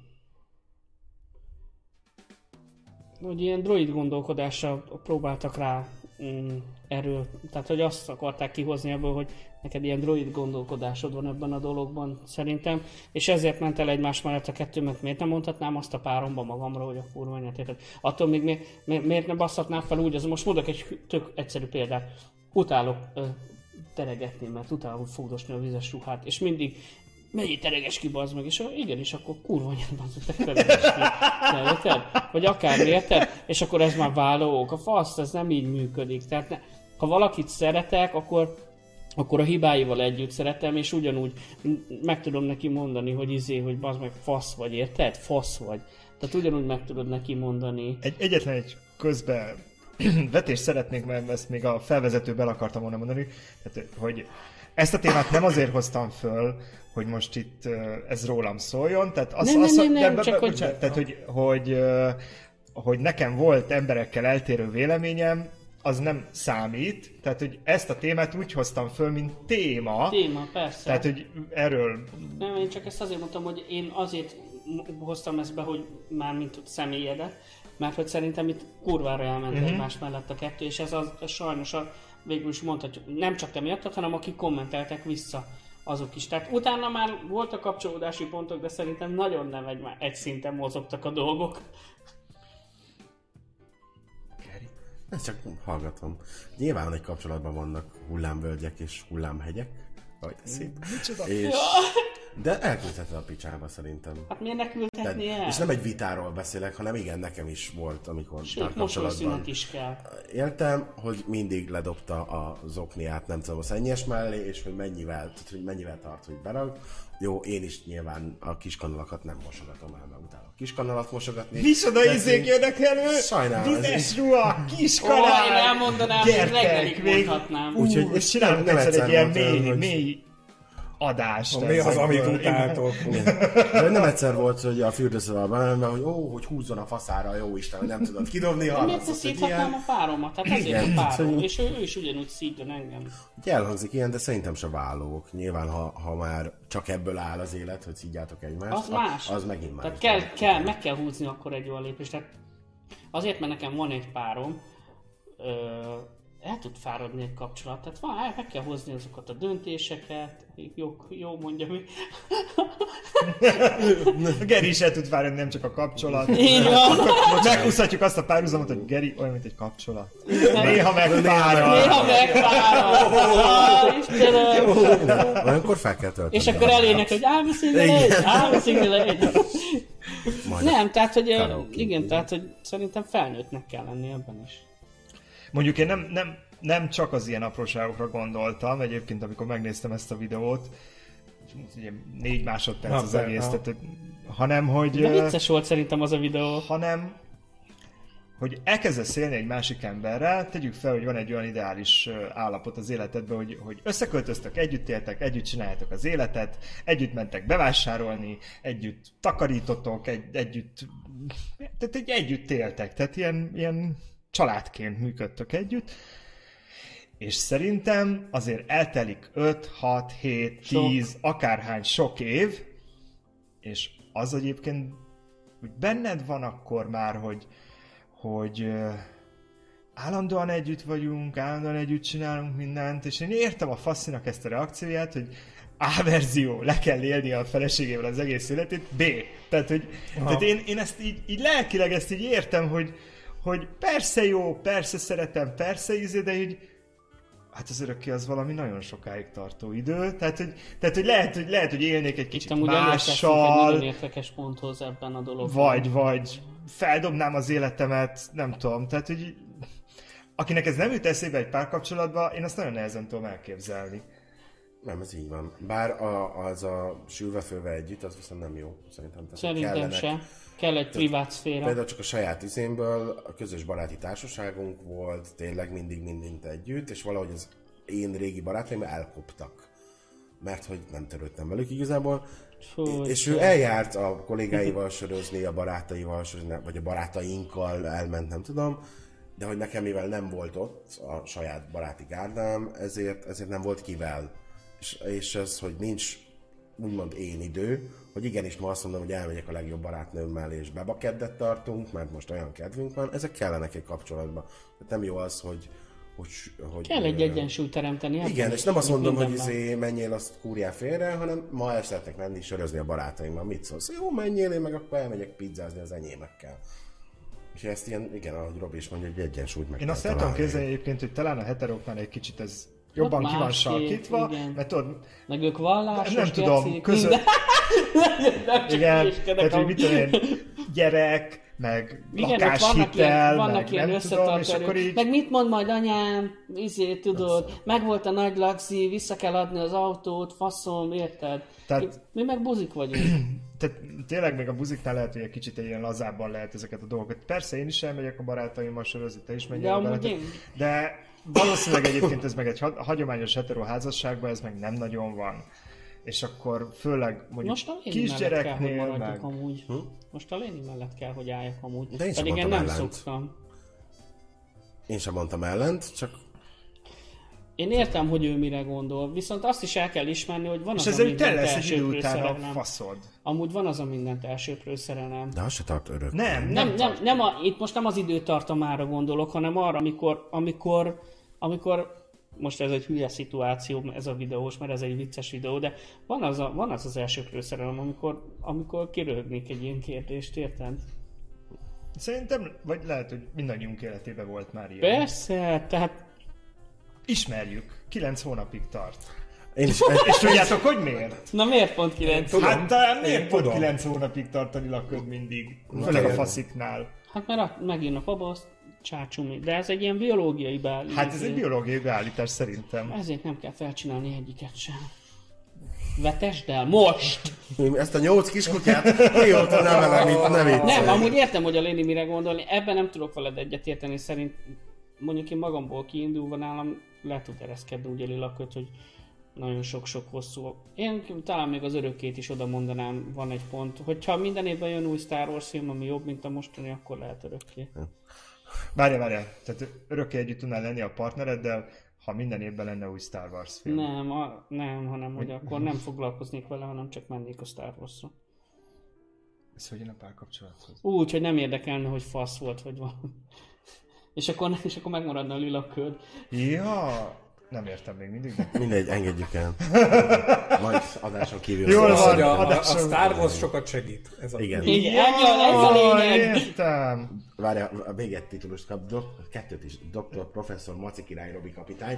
hogy ilyen droid gondolkodásra próbáltak rá mm, erről, tehát hogy azt akarták kihozni ebből, hogy neked ilyen droid gondolkodásod van ebben a dologban szerintem, és ezért ment el egymás mellett a kettő, mert miért nem mondhatnám azt a páromba magamra, hogy a kurva anyját, érted? Attól még mi, mi, miért nem basszhatnám fel úgy, az most mondok egy tök egyszerű példát. Utálok ö, teregetni, mert utálom fogdosni a vizes ruhát, és mindig mennyi tereges ki, bazd meg, és ah, igenis, akkor kurva anyád, bazd meg, te tereges ki. De érted? Vagy akármi, érted? És akkor ez már vállók. A fasz, ez nem így működik. Tehát ne, ha valakit szeretek, akkor akkor a hibáival együtt szeretem, és ugyanúgy m- meg tudom neki mondani, hogy izé, hogy bazd meg, fasz vagy, érted? Fasz vagy. Tehát ugyanúgy meg tudod neki mondani. Egy, egyetlen egy közbe vetést szeretnék, mert ezt még a felvezetőben el akartam volna mondani, tehát, hogy ezt a témát nem azért hoztam föl, hogy most itt ö, ez rólam szóljon, tehát az, Nem, nem, az nem, nem, de- csak de- hogy- bocsánat, tehát hogy, hogy ö, hogy nekem volt emberekkel eltérő véleményem, az nem számít. Tehát, hogy ezt a témát úgy hoztam föl, mint téma. Téma, persze. Tehát, hogy erről Nem, én csak ezt azért mondtam, hogy én azért m- hoztam ezt be, hogy már mint ott személyedet, mert hogy szerintem itt kurvára elment mm-hmm. egymás mellett a kettő, és ez az ez sajnos a, végül is mondhatjuk, nem csak te miattad, hanem akik kommenteltek vissza azok is. Tehát utána már voltak kapcsolódási pontok, de szerintem nagyon nem egy, egy szinten mozogtak a dolgok. Ezt csak hallgatom. Nyilván egy kapcsolatban vannak hullámvölgyek és hullámhegyek. Vagy de szép. És... De elküldheted a picsába szerintem. Hát miért ne küldhetné Tehát, el? és nem egy vitáról beszélek, hanem igen, nekem is volt, amikor Sőt, mosolyszünet is kell. Értem, hogy mindig ledobta a zokniát, nem tudom, a szennyes mellé, és hogy mennyivel, tehát, hogy mennyivel tart, hogy berag. Jó, én is nyilván a kiskanalakat nem mosogatom el, mert utána a kiskanalat mosogatni. Micsoda De- ízék jönnek elő? Sajnálom, ez Vizes így. ruha, Ó, kiskanál! én elmondanám, hogy reggelig még- mondhatnám. Ú, Úgyhogy és csinálunk nem egyszer egy egyszer ilyen mondtam, mély, hogy- mély adást. Mi az, ezekből. amit utáltok? De nem egyszer volt, hogy a fürdőszobában bementem, hogy ó, hogy húzzon a faszára, a jó Isten, hogy nem tudod kidobni, De miért ne hallasz, hogy szívhatnám ilyen. a páromat? Hát azért a Igen, párom, szóval- és ő, ő is ugyanúgy szívjon engem. Ugye Elhangzik ilyen, de szerintem se válók. Nyilván, ha, ha már csak ebből áll az élet, hogy szidjátok egymást, Az más. az megint más. Tehát kell, kell, meg kell húzni akkor egy olyan lépést. Tehát azért, mert nekem van egy párom, ö, el tud fáradni egy kapcsolat. Tehát van, el- meg kell hozni azokat a döntéseket. Jó, jó mondja mi. Geri se tud várni, nem csak a kapcsolat. Így van. Meghúzhatjuk azt a párhuzamot, hogy Geri olyan, mint egy kapcsolat. Igen. Néha megfárad. Néha megfárad. Á, Istenem. Olyankor fel kell tölteni. És akkor a- elének, hogy I'm a single age, I'm a single age. Majd Nem, tehát hogy ö, Karaoke. igen, tehát hogy szerintem felnőttnek kell lenni ebben is. Mondjuk én nem, nem, nem csak az ilyen apróságokra gondoltam, egyébként amikor megnéztem ezt a videót, és ugye négy másodperc Na, az de- egész, na. tehát, hogy- hanem hogy... De ö, vicces volt szerintem az a videó. hanem hogy elkezdesz élni egy másik emberrel, tegyük fel, hogy van egy olyan ideális ö, állapot az életedben, hogy, hogy összeköltöztök, együtt éltek, együtt csináljátok az életet, együtt mentek bevásárolni, együtt takarítotok, egy, együtt, tehát egy, együtt éltek, tehát ilyen, ilyen családként működtök együtt, és szerintem azért eltelik 5, 6, 7, 10, Sok. akárhány sok év, és az egyébként hogy benned van akkor már, hogy, hogy ö, állandóan együtt vagyunk, állandóan együtt csinálunk mindent, és én értem a faszinak ezt a reakcióját, hogy A verzió, le kell élni a feleségével az egész életét, B. Tehát, hogy, tehát én, én ezt így, így lelkileg ezt így értem, hogy, hogy persze jó, persze szeretem, persze ízé, de így, Hát az örökké az valami nagyon sokáig tartó idő, tehát hogy, tehát, hogy, lehet, hogy, lehet, hogy élnék egy Itt kicsit amúgy elérkeztünk egy mással, nagyon érdekes ponthoz ebben a dologban. vagy, vagy feldobnám az életemet, nem tudom, tehát hogy akinek ez nem jut eszébe egy párkapcsolatba, én azt nagyon nehezen tudom elképzelni. Nem, ez így van. Bár a, az a sülve főve együtt, az viszont nem jó, szerintem. Tehát Szerintem kellenek- se. Kell egy privát szféra. Például csak a saját üzémből a közös baráti társaságunk volt, tényleg mindig mindent együtt, és valahogy az én régi barátaim elkoptak. Mert hogy nem törődtem velük igazából. Fú, és ő eljárt a kollégáival sörözni, a barátaival sörözni, vagy a barátainkkal elment, nem tudom. De hogy nekem, mivel nem volt ott a saját baráti gárdám, ezért, ezért nem volt kivel. És, és ez, hogy nincs úgymond én idő, hogy igenis ma azt mondom, hogy elmegyek a legjobb barátnőmmel, és bebakeddet tartunk, mert most olyan kedvünk van, ezek kellenek egy kapcsolatban. Tehát nem jó az, hogy... hogy, hogy Kell egy egyensúlyt teremteni. ebben igen, is, és nem azt mint mondom, hogy mindenben. izé, menjél, azt kúrjál félre, hanem ma el szeretnék menni sörözni a barátaimmal. Mit szólsz? Jó, menjél, én meg akkor elmegyek pizzázni az enyémekkel. És ezt ilyen, igen, ahogy Robi is mondja, hogy egyensúlyt meg Én kell azt el tudom találni. képzelni egyébként, hogy talán a heteróknál egy kicsit ez jobban ki van másképp, sarkítva, igen. mert tudod, Meg ők vallásos nem tudom, gecik, közö... minden- nem csak Igen, hülyéskedek, tehát hogy mit tudom amúgy. én, gyerek, meg Igen, ott vannak lakáshitel, ilyen, vannak meg ilyen nem tudom, és összetartó akkor erők. így... Meg mit mond majd anyám, izé, tudod, meg volt a nagy laxi, vissza kell adni az autót, faszom, érted? Tehát- Mi meg buzik vagyunk. tehát tényleg még a buziknál lehet, hogy egy kicsit egy ilyen lazábban lehet ezeket a dolgokat. Persze én is elmegyek a barátaimmal sörözni, te is megyél De a amúgy barátaid- én. De valószínűleg egyébként ez meg egy ha- hagyományos hetero házasságban, ez meg nem nagyon van. És akkor főleg mondjuk Most a Léni mellett kell, hogy kisgyereknél, maradjak meg amúgy. Most a Léni mellett kell, hogy álljak amúgy. Hm? De én sem Pedig én nem mondtam ellent. szoktam. Én sem mondtam ellent, csak Én értem, hogy ő mire gondol, viszont azt is el kell ismerni, hogy van az, és a ezért te mindent lesz egy idő elsőprő után a szerelem. faszod. Amúgy van az a mindent elsőprő szerelem. de az se tart örök. Nem, nem, Nem, nem, nem a, itt most nem az időtartamára gondolok, hanem arra, amikor, amikor, amikor most ez egy hülye szituáció, ez a videós, mert ez egy vicces videó, de van az a, van az, az elsőprő szerelem, amikor, amikor kiröhögnék egy ilyen kérdést, érted? Szerintem, vagy lehet, hogy mindannyiunk életében volt már ilyen. Persze, tehát Ismerjük. Kilenc hónapig tart. Én is egy, És tudjátok, hogy miért? Na miért pont 9? Tudom. Hát talán Én miért pont tudom. kilenc hónapig tartani lakod mindig? Főleg a tényleg. fasziknál. Hát mert a- megírnak abba, azt csácsumi. De ez egy ilyen biológiai beállítás. Hát ez egy biológiai beállítás szerintem. Ezért nem kell felcsinálni egyiket sem. Vetesd el most! ezt a nyolc kiskutyát mióta nevelem, mint nem viccelj. Nem, amúgy értem, hogy a Léni mire gondolni. Ebben nem tudok veled egyetérteni, szerint mondjuk én magamból kiindulva nálam le tud ereszkedni úgy elő laköt, hogy nagyon sok-sok hosszú. Én talán még az örökét is oda mondanám, van egy pont. Hogyha minden évben jön új Star Wars film, ami jobb, mint a mostani, akkor lehet örökké. Várja, várja. Tehát örökké együtt tudnál lenni a partnereddel, ha minden évben lenne új Star Wars film. Nem, a, nem, hanem hogy akkor nem foglalkoznék vele, hanem csak mennék a Star Wars-ra. Ez hogy jön a párkapcsolathoz? Úgy, hogy nem érdekelne, hogy fasz volt, vagy van. És akkor, és akkor megmaradna a lila köd. Ja, nem értem még mindig. de- Mindegy, engedjük el. Majd adáson kívül. Jól szólunk. Az, hogy a, a, a adásom- Star Wars sokat segít. Ez a Igen. Igen, ez a- ez a Jaj, lényeg. Értem. Várja, a még egy titulust kap, dok, kettőt is. Doktor, professzor, Maci király, Robi kapitány.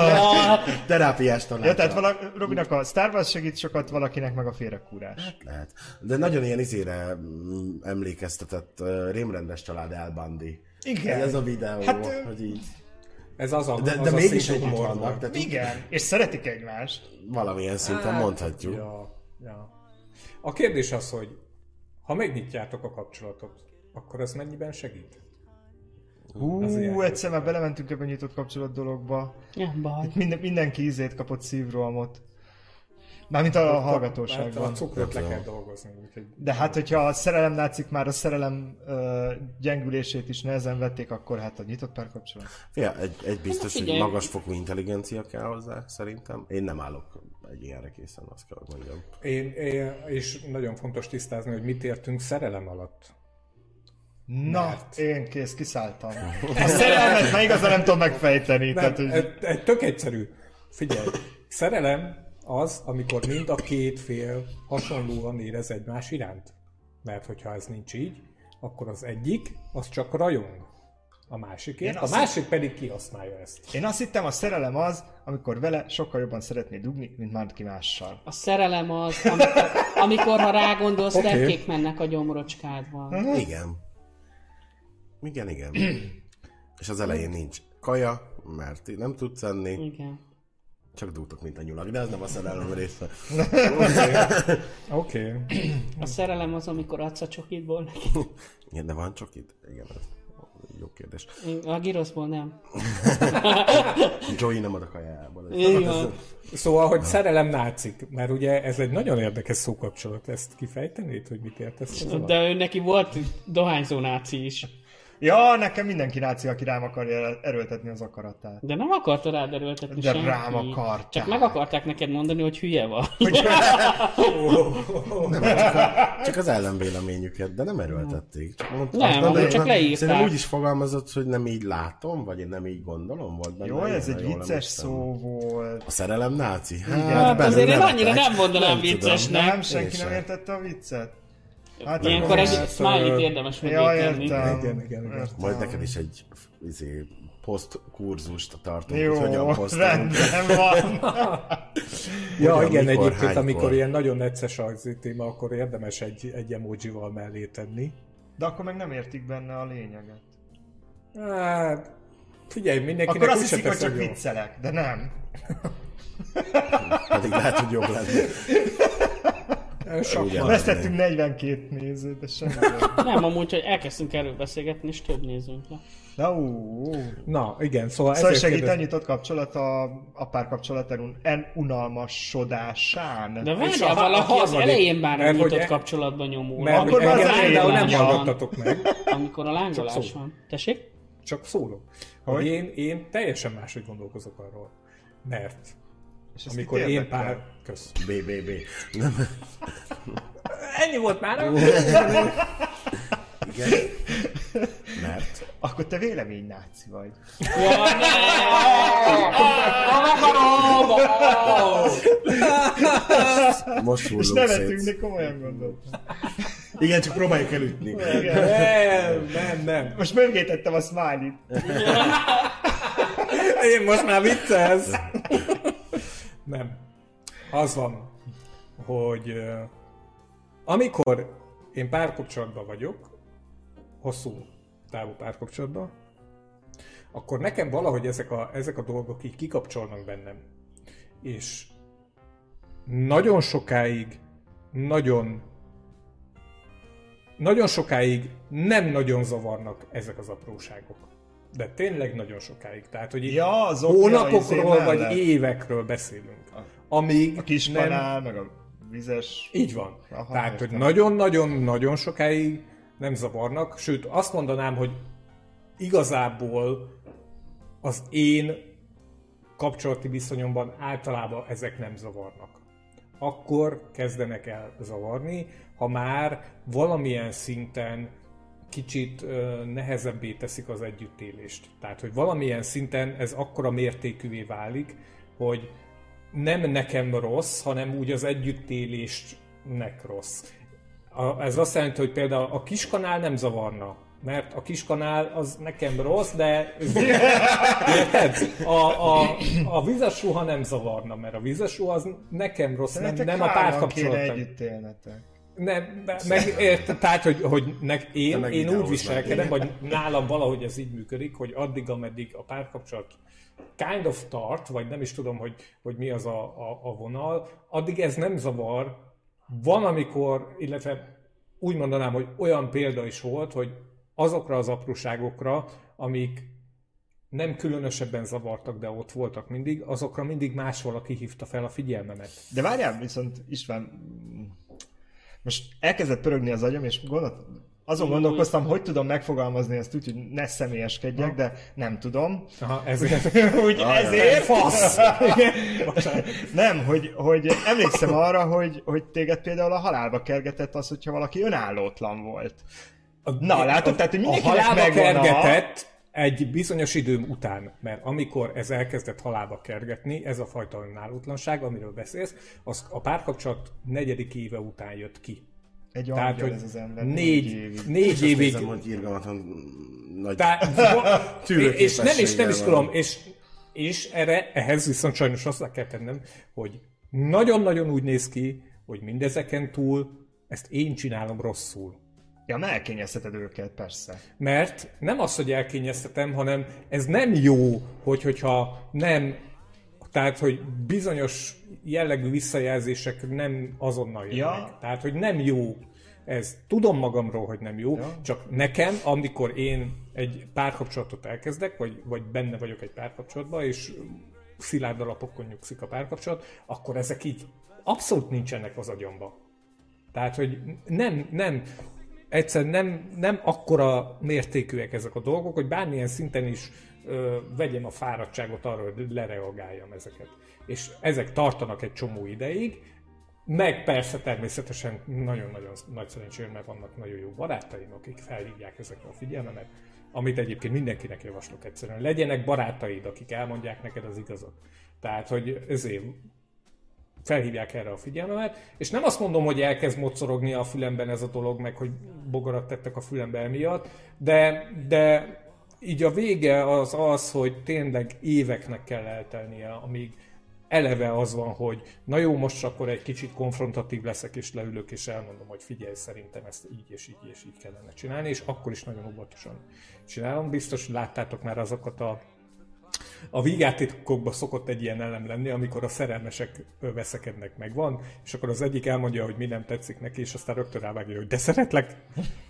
Terápiás tanács. Ja, Ah. tehát valaki, Robinak a Star Wars segít sokat, valakinek meg a félrekúrás. Lehet. De nagyon ilyen izére mm, emlékeztetett uh, rémrendes család El Bundy. Igen. Ez a videó, Hát, ö, hát, hogy így. Ez az a, De, az de a mégis szép együtt humor vannak, volt. tehát így Igen, és szeretik egymást. valamilyen Hát, szinten mondhatjuk. Ja, ja. A kérdés az, hogy ha megnyitjátok a kapcsolatot, akkor ez mennyiben segít? Az ilyen. Hú, egyszer már belementünk ebben nyitott kapcsolat dologba. Nem baj. Minden, mindenki ízét kapott szívrohamot. Mármint a, a Hát a hallgatóságban. cukrot le Abszolút. kell dolgozni, úgyhogy De hát, hogyha a szerelem látszik, már a szerelem ö, gyengülését is nehezen vették, akkor hát a nyitott párkapcsolat. Ja, egy, egy biztos, hogy figyelj. magas fokú intelligencia kell hozzá, szerintem. Én nem állok egy ilyenre készen, azt kell, hogy mondjam. Én, én, és nagyon fontos tisztázni, hogy mit értünk szerelem alatt. Na, Mert. én kész, kiszálltam. A szerelmet már igazán nem tudom megfejteni. Nem, Nem, tehát, hogy... ez, ez tök egyszerű. Figyelj, szerelem az, amikor mind a két fél hasonlóan érez egymás iránt. Mert hogyha ez nincs így, akkor az egyik, az csak rajong a másikért, Én a azt- másik pedig kihasználja ezt. Én azt hittem, a szerelem az, amikor vele sokkal jobban szeretné dugni, mint bárki mással. A szerelem az, amikor, amikor ha rágondolsz, okay. Oké. terkék mennek a gyomrocskádban. Igen. Igen, igen. És az elején nincs kaja, mert nem tudsz enni, Igen. csak dúltok, mint a nyulak, de ez nem a szerelem része. Oké. Okay. A szerelem az, amikor adsz a csokitból neki. Igen, de van csak itt? Igen, ez jó kérdés. A giroszból nem. Joey nem ad a kajából. Ez- Így van. Szóval, hogy szerelem nácik, mert ugye ez egy nagyon érdekes szókapcsolat, ezt kifejtenéd, hogy mit értesz? ez alatt? De ő neki volt dohányzó náci is. Ja, nekem mindenki náci, aki rám akarja erőltetni az akaratát. De nem akarta rád erőltetni De senki. rám akarták. Csak meg akarták neked mondani, hogy hülye vagy. Csak az ellenvéleményüket, de nem erőltették. Csak mondta, Nem, azt amúgy mondta, csak hogy- leírták. Szerintem úgy is fogalmazott, hogy nem így látom, vagy én nem így gondolom. Volt benne Jó, ilyen, ez ha egy jól vicces emlékszem. szó volt. A szerelem náci? Hát, Hát benne azért én nevetek. annyira nem mondanám tudom. viccesnek. Nem, senki Én nem sem. értette a viccet. Hát Ilyenkor akkor- egy ez, smiley ö, érdemes Ja, mögé tenni. értem. Igen, igen, igen. Értem. Majd neked is egy izé, posztkurzust tartunk, Jó, hogy hogyan posztolunk. rendben van. Ja, Hogyan, igen, mikor, egyébként, hánykor? amikor ilyen nagyon necces az téma, akkor érdemes egy, egy emojival mellé tenni. De akkor meg nem értik benne a lényeget. Hát, figyelj, mindenkinek Akkor azt úgyse hiszik, hogy teszed csak jól. viccelek, de nem. Pedig lehet, hogy jobb lenne. Sok Igen. van. Vesztettünk 42 nézőt, de semmi. Nem, amúgy, hogy elkezdtünk erről beszélgetni, és több nézünk le. Na, ú, ú. Na, igen, szóval Szóval ezért segít kérdez- annyit ott kapcsolat a, a párkapcsolat en- en unalmasodásán. De És a várjál, ha- a valaki az harmadik- elején már a mert hogy nyitott e- kapcsolatban nyomul. Mert Akkor akkor már már az elején például e- nem van. hallgattatok meg, amikor a Csak lángolás szó. van. Tessék? csak szólok. Hogy én, én teljesen máshogy gondolkozok arról. Mert És ez amikor kit én érdekel? pár... Kösz. BBB. Ennyi volt már. Igen. Mert Akkor te vélemény náci vagy. Jaj, ne! Nem akarom! most És hullunk nevetünk, szét. de komolyan gondolom. Igen, csak próbáljuk elütni. Igen. Nem, nem, nem. Most mögé tettem a smiley Én most már viccelsz. Nem. Az van, hogy ö, amikor én párkapcsolatban vagyok, hosszú távú párkapcsolatban, akkor nekem valahogy ezek a, ezek a dolgok így kikapcsolnak bennem. És nagyon sokáig, nagyon nagyon sokáig nem nagyon zavarnak ezek az apróságok. De tényleg nagyon sokáig. Tehát, hogy itt Ja, az okja izé hónapokról mellett. vagy évekről beszélünk. Amíg A kis nem kanál, meg a vizes... így van. Aha, Aha, Tehát, hogy értem. nagyon-nagyon-nagyon sokáig nem zavarnak, sőt azt mondanám, hogy igazából az én kapcsolati viszonyomban általában ezek nem zavarnak. Akkor kezdenek el zavarni, ha már valamilyen szinten kicsit ö, nehezebbé teszik az együttélést. Tehát, hogy valamilyen szinten ez akkora mértékűvé válik, hogy nem nekem rossz, hanem úgy az együttélésnek rossz. A, ez azt jelenti, hogy például a kiskanál nem zavarna, mert a kiskanál az nekem rossz, de érted? Hát, A, a, a vizes ruha nem zavarna, mert a vizes ruha az nekem rossz, nem, Nektek nem a hárman párkapcsolat. kéne együtt élnetek. Nem, be- meg, érted, tehát, hogy, hogy ne, én, meg én úgy videóznak, viselkedem, vagy nálam valahogy ez így működik, hogy addig, ameddig a párkapcsolat kind of tart, vagy nem is tudom, hogy, hogy mi az a, a, a vonal, addig ez nem zavar. Van, amikor, illetve úgy mondanám, hogy olyan példa is volt, hogy azokra az apróságokra, amik nem különösebben zavartak, de ott voltak mindig, azokra mindig más valaki hívta fel a figyelmemet. De várjál, viszont István, mm, most elkezdett pörögni az agyam, és gondolt, azon gondolkoztam, hogy tudom megfogalmazni ezt úgy, hogy ne személyeskedjek, de nem tudom. Aha, ezért. Úgy ezért... Fasz! Nem, hogy, hogy emlékszem arra, hogy, hogy téged például a halálba kergetett az, hogyha valaki önállótlan volt. Na, látod? Tehát, hogy A mindenkinek halálba megvan a- kergetett egy bizonyos időm után, mert amikor ez elkezdett halálba kergetni, ez a fajta önállótlanság, amiről beszélsz, az a párkapcsolat negyedik éve után jött ki. Egy Tehát, angyal hogy ez az ember. négy, évig. négy Évig. évig Nézem, hogy irgalmatlan nagy... Tehát, Tűrőképességgel és nem is, nem is van. tudom, és, és erre, ehhez viszont sajnos azt kell tennem, hogy nagyon-nagyon úgy néz ki, hogy mindezeken túl ezt én csinálom rosszul. Ja, mert elkényezteted őket, persze. Mert nem az, hogy elkényeztetem, hanem ez nem jó, hogy, hogyha nem, tehát, hogy bizonyos jellegű visszajelzések nem azonnal jönnek. Ja. Ja. Tehát, hogy nem jó ez. Tudom magamról, hogy nem jó, ja. csak nekem, amikor én egy párkapcsolatot elkezdek, vagy, vagy benne vagyok egy párkapcsolatban, és szilárd alapokon nyugszik a párkapcsolat, akkor ezek így abszolút nincsenek az agyamba. Tehát, hogy nem, nem, egyszerűen nem, nem akkora mértékűek ezek a dolgok, hogy bármilyen szinten is ö, vegyem a fáradtságot arra, hogy lereagáljam ezeket. És ezek tartanak egy csomó ideig, meg persze természetesen nagyon-nagyon nagy szerencsém, mert vannak nagyon jó barátaim, akik felhívják ezekre a figyelmemet, amit egyébként mindenkinek javaslok egyszerűen. Legyenek barátaid, akik elmondják neked az igazat. Tehát, hogy ezért felhívják erre a figyelmemet, és nem azt mondom, hogy elkezd mocorogni a fülemben ez a dolog, meg hogy bogarat tettek a fülembe emiatt, de, de így a vége az az, hogy tényleg éveknek kell eltelnie, amíg eleve az van, hogy na jó, most akkor egy kicsit konfrontatív leszek, és leülök, és elmondom, hogy figyelj, szerintem ezt így és így és így kellene csinálni, és akkor is nagyon óvatosan csinálom. Biztos láttátok már azokat a a vígjátékokban szokott egy ilyen elem lenni, amikor a szerelmesek ö, veszekednek meg van, és akkor az egyik elmondja, hogy mi nem tetszik neki, és aztán rögtön rávágja, hogy de szeretlek,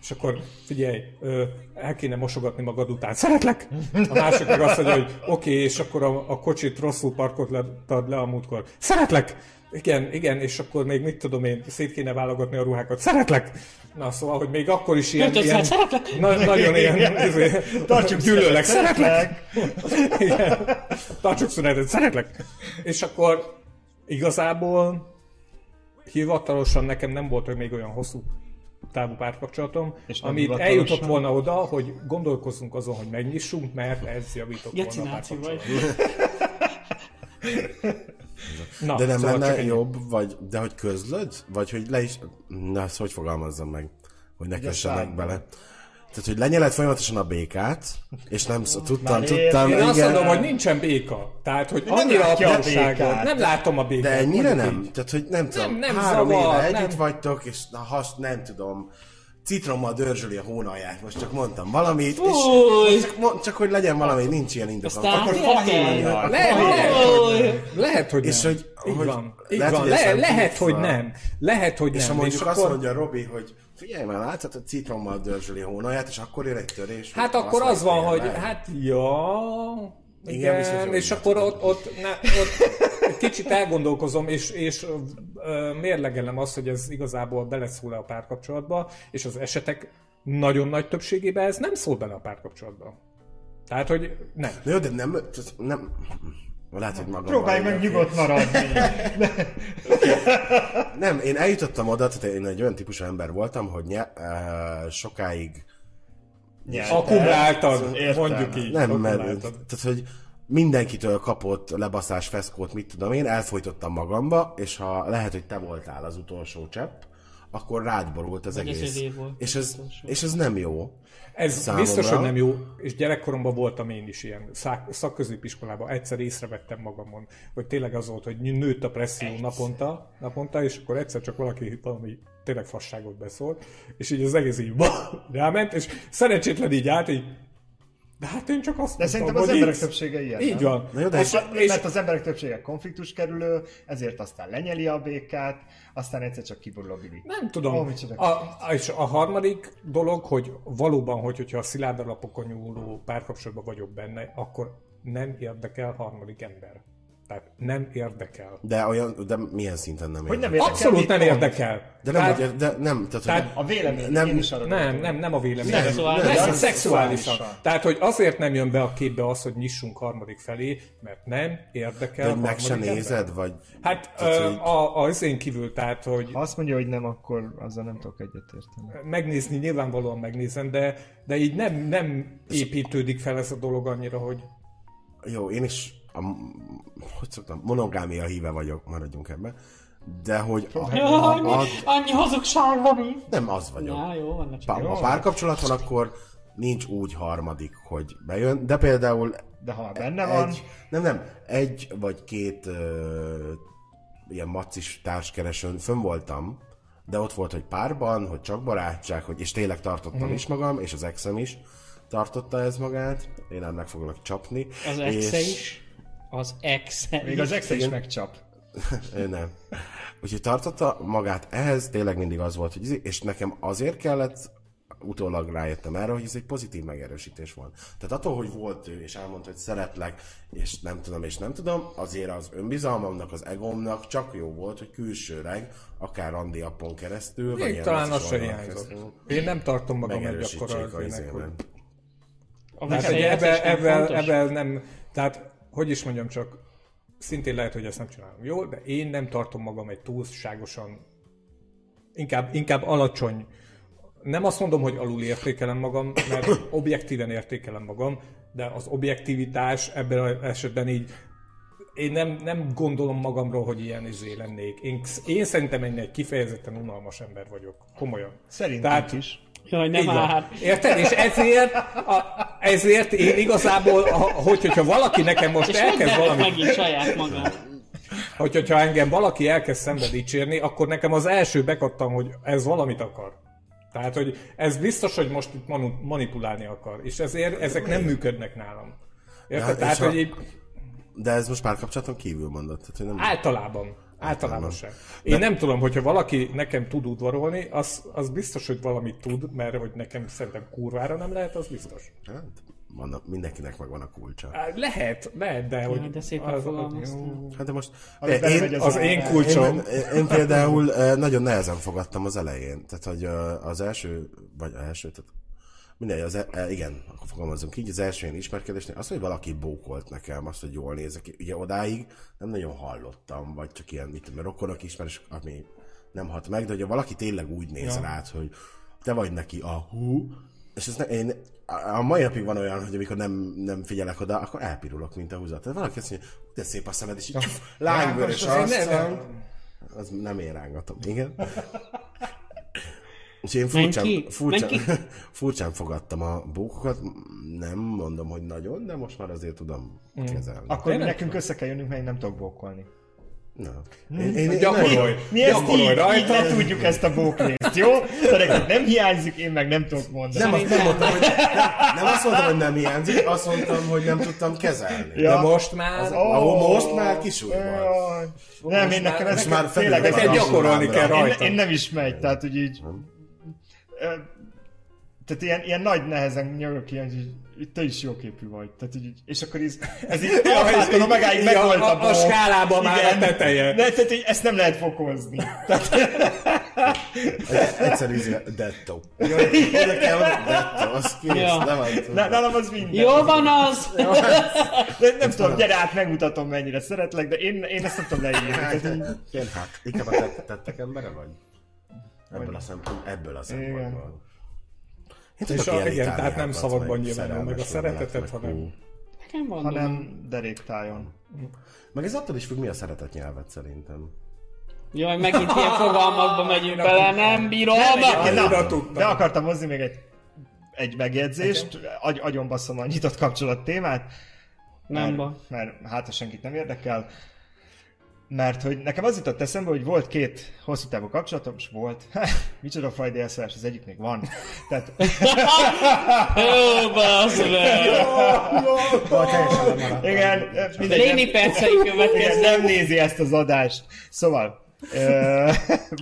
és akkor figyelj, ö, el kéne mosogatni magad után, szeretlek, a másik meg azt mondja, hogy oké, okay, és akkor a, a kocsit rosszul parkoltad le a múltkor, szeretlek, igen, igen, és akkor még mit tudom én, szét kéne válogatni a ruhákat. Szeretlek! Na, szóval, hogy még akkor is ilyen... Költözz ilyen el, szeretlek! na, nagyon ilyen... izé, Tartsuk gyűlölek, szünetet, szeretlek! Igen. Tartsuk szünetet, szeretlek! És akkor igazából hivatalosan nekem nem volt még olyan hosszú távú párkapcsolatom, És és nem amit hivatalosan? eljutott volna oda, hogy gondolkozzunk azon, hogy megnyissunk, mert ez javított volna a Gecináci vagy. párkapcsolatot. Na, De nem szóval lenne csak ennyi. jobb, vagy, de hogy közlöd? Vagy hogy le is... Na, ezt hogy fogalmazzam meg? Hogy ne kössenek számba. bele. Tehát, hogy lenyeled folyamatosan a békát, és nem sz- tudtam, Már tudtam, Én igen. azt mondom, hogy nincsen béka. Tehát, hogy Nem annyira látja a apróságot. békát. Nem látom a békát. de ennyire mondjuk nem? így. Tehát, hogy nem tudom, nem három zavar, éve nem. együtt vagytok, és na, has, nem tudom, citrommal dörzsöli a hónalját. Most csak mondtam valamit, és Fúj! csak, mo- csak, hogy legyen valami, nincs ilyen indokom. Aztán Akkor tényleg? fahéjjal. Lehet, lehet, hogy nem. lehet, hogy És nem. hogy- így hogy- van. Így lehet, hogy lehet, van. Hogy Le, ezt nem lehet, tudjuk hogy fel. nem. Lehet, hogy És ha nem. mondjuk azt mondja Robi, hogy figyelj már, látod, hogy citrommal dörzsöli a hónalját, és akkor jön egy törés. Hát vagy akkor azt az van, mondja, hogy nem. hát ja, Igen, igen, viszont jól és látod. akkor ott, ott, ne, ott egy kicsit elgondolkozom, és, és ö, mérlegelem azt, hogy ez igazából beleszól-e a párkapcsolatba, és az esetek nagyon nagy többségében ez nem szól bele a párkapcsolatba. Tehát, hogy nem. Na jó, de nem, tehát nem, lehet, hogy magam Próbálj meg nyugodt maradni. Nem, én eljutottam oda, tehát én egy olyan típusú ember voltam, hogy nye, uh, sokáig Nyerted. Akkumuláltad, Értem. mondjuk így. nem, mert, akkumuláltad. tehát hogy mindenkitől kapott lebaszás feszkót, mit tudom én, elfolytottam magamba, és ha lehet, hogy te voltál az utolsó csepp, akkor rád borult az Vagy az egész. övé volt és, az ez, utolsó. és ez nem jó. Ez számomra. biztos, hogy nem jó, és gyerekkoromban voltam én is ilyen szák, szakközépiskolában. Egyszer észrevettem magamon, hogy tényleg az volt, hogy nőtt a presszió naponta, naponta, és akkor egyszer csak valaki valami tényleg fasságot beszólt, és így az egész így ráment, és szerencsétlen így állt, így de hát én csak azt De szerintem az hogy emberek így- többsége ilyen, Így nem? van. Na jó, de és, hát- és, Mert az emberek többsége konfliktus kerülő, ezért aztán lenyeli a békát, aztán egyszer csak kiborul a bibi. Nem tudom. Ó, micsoda. a, és a harmadik dolog, hogy valóban, hogy, hogyha a szilárd alapokon nyúló párkapcsolatban vagyok benne, akkor nem érdekel harmadik ember. Tehát nem érdekel. De olyan, de milyen szinten nem Hogy nem érdekel? érdekel, Abszolút mit nem mond? érdekel. De nem, Tehát- hogy, de nem, tehát, Tehát hogy A vélemény, Nem. nem, én is arra nem, gondolok. nem, nem a vélemény. Nem, Szexuális. Nem, nem, nem, szexuálisan. szexuálisan. Tehát, hogy azért nem jön be a képbe az, hogy nyissunk harmadik felé, mert nem érdekel hogy a meg se harmadik ember. nézed, vagy... Hát Tehát, ö, hogy- a, a, az én kívül, tehát, hogy Ha azt mondja, hogy nem, akkor azzal nem tudok egyetérteni. megnézni, nyilvánvalóan megnézem, de, de így nem, nem építődik fel ez a dolog annyira, hogy Jó, én is a, hogy szoktam, monogámia híve vagyok, maradjunk ebben. De hogy a, a, Jaj, a, annyi hazugság van itt. nem az vagyok. Na, jó, van, ne Pá, csak. ha párkapcsolat van, akkor nincs úgy harmadik, hogy bejön, de például De ha már benne van, egy, nem, nem, egy vagy két ö, ilyen macis társkeresőn fönn voltam, de ott volt, hogy párban, hogy csak barátság, hogy, és tényleg tartottam Mhm. is magam, és az exem is tartotta ez magát, én ennek foglak csapni. Az és- exe is. Az exe még is. az ex is megcsap. Ő nem. Úgyhogy tartotta magát ehhez, tényleg mindig az volt, hogy izé, és nekem azért kellett, utólag rájöttem erre, hogy ez egy pozitív megerősítés volt. Tehát attól, hogy volt ő, és elmondta, hogy szeretlek, és nem tudom, és nem tudom, azért az önbizalmamnak, az egomnak csak jó volt, hogy külsőleg, akár randi appon keresztül, vagy még ilyen talán masszis az se oldalon hiányzott. keresztül Én nem tartom magam egy akkora Megerősítsék a azért, hogy... izémet. A Tehát, hogy visszajelzés ebben, nem ebben, fontos? ebben nem... Tehát, hogy is mondjam csak, szintén lehet, hogy ezt nem csinálom jól, de én nem tartom magam egy túlságosan, inkább, inkább alacsony. Nem azt mondom, hogy alul értékelem magam, mert objektíven értékelem magam, de az objektivitás ebben az esetben így én nem, nem gondolom magamról, hogy ilyen izé lennék. Én, én szerintem én egy kifejezetten unalmas ember vagyok. Komolyan. Szerintem Tehát... is. Jaj, nem Így van. már. Érted? És ezért, a, ezért én igazából, a, hogy, hogyha valaki nekem most És hogy elkezd valamit... valami, megint saját magam? hogy, hogyha engem valaki elkezd szembe dicsérni, akkor nekem az első bekattam, hogy ez valamit akar. Tehát, hogy ez biztos, hogy most itt manu- manipulálni akar, és ezért ezek nem működnek nálam. Érted? Hát, Tehát, és ha- hogy így, De ez most párkapcsolaton kívül mondott. Tehát, hogy nem... Általában. Általánosság. Én nem tudom, hogyha valaki nekem tud udvarolni, az, az biztos, hogy valamit tud, mert hogy nekem szerintem kurvára nem lehet, az biztos. Hát, vannak, mindenkinek megvan a kulcsa. Á, Lehet, lehet, de hogy... de szépen fogalmaztál. Hát de most... Az benne megy Az én kulcsom. Én, én például eh, nagyon nehezen fogadtam az elején. Tehát, hogy eh, az első, vagy az első, tehát mindegy, az, e- eh, igen, akkor fogalmazunk így, az első ilyen ismerkedésnél az, hogy valaki bókolt nekem, azt, hogy jól nézek ki. Ugye odáig nem nagyon hallottam, vagy csak ilyen, mit tudom, rokonok ismerős, ami nem hat meg, de hogyha valaki tényleg úgy néz ja. rád, hogy te vagy neki a hú, és ez ne, én, a- a mai napig van olyan, hogy amikor nem, nem figyelek oda, akkor elpirulok, mint a húzat. Tehát valaki azt mondja, "Hú, de szép a szemed, és így lányvörös Rákos, azért nem- arccal. Az nem én rángatom, igen. És én Menj furcsán, ki, furcsán, menj furcsán fogadtam a bókokat, nem mondom, hogy nagyon, de most már azért tudom Mm. kezelni. Akkor nekünk össze kell jönnünk, mert én nem tudok bókolni. Na. Mm. Én, én, én, Gyakorolj, Mi ezt így, gyakorolj így rajta. le tudjuk ezt a bókrészt, jó? De neked nem hiányzik, én meg nem tudok mondani. nem, azt, nem, mondtam, hogy, nem, nem azt mondtam, hogy nem hiányzik, azt mondtam, hogy nem tudtam kezelni. De Ja. most már... Ó, Ahol most már kisúly van. jaj. Nem, én nekem már- ezt most már tényleg felül ezt van. Neked nem- gyakorolni kell Én- én, rajta. én, nem is megy, tehát hogy így... Ö, Tehát ilyen, ilyen nagy nehezen nyögök ilyen, hogy így, így, te is jóképű vagy. Tehát így, és akkor ez, ez így Ja, alfától így- omegáig így megvolt a- a, a skálában már a teteje. Ne, tehát így, ezt nem lehet fokozni. Tehát, Egyszerű izé, detto. Oda kell, hogy detto, az kész, Ja. nem adott. na- nálam az minden. Jó van az! De nem tudom, gyere át, megmutatom mennyire szeretlek, de én, én ezt nem tudom leírni. Tehát így- Én hát, inkább a tett- tettek embere vagy? Ebből a szempont, ebből a szempontból. Én tudok És a- ilyen igen, itáliákat, tehát nem meg szavakban nyilvánul meg a szerelmes szeretetet, levelek, hanem- hú. Nekem van dolgom. hanem deréktájon. Meg ez attól is függ, mi a szeretet nyelvet szerintem. Jaj, megint ilyen fogalmakba megyünk bele, nem bírom! egyébként nem. Oda tudtam. De akartam hozni még egy, egy megjegyzést, agy, agyon baszom a nyitott kapcsolat témát, Nem baj. mert, mert hát ha senkit nem érdekel, mert hogy nekem az jutott eszembe, hogy volt két hosszú távú kapcsolatom, és volt, micsoda Friday elszólás, az egyik még van. Tehát Ó, bazd meg! Vagy teljesen nem maradt. igen, mindegy. Léni percei Igen, következnek. nem nézi ezt az adást. Szóval, ö,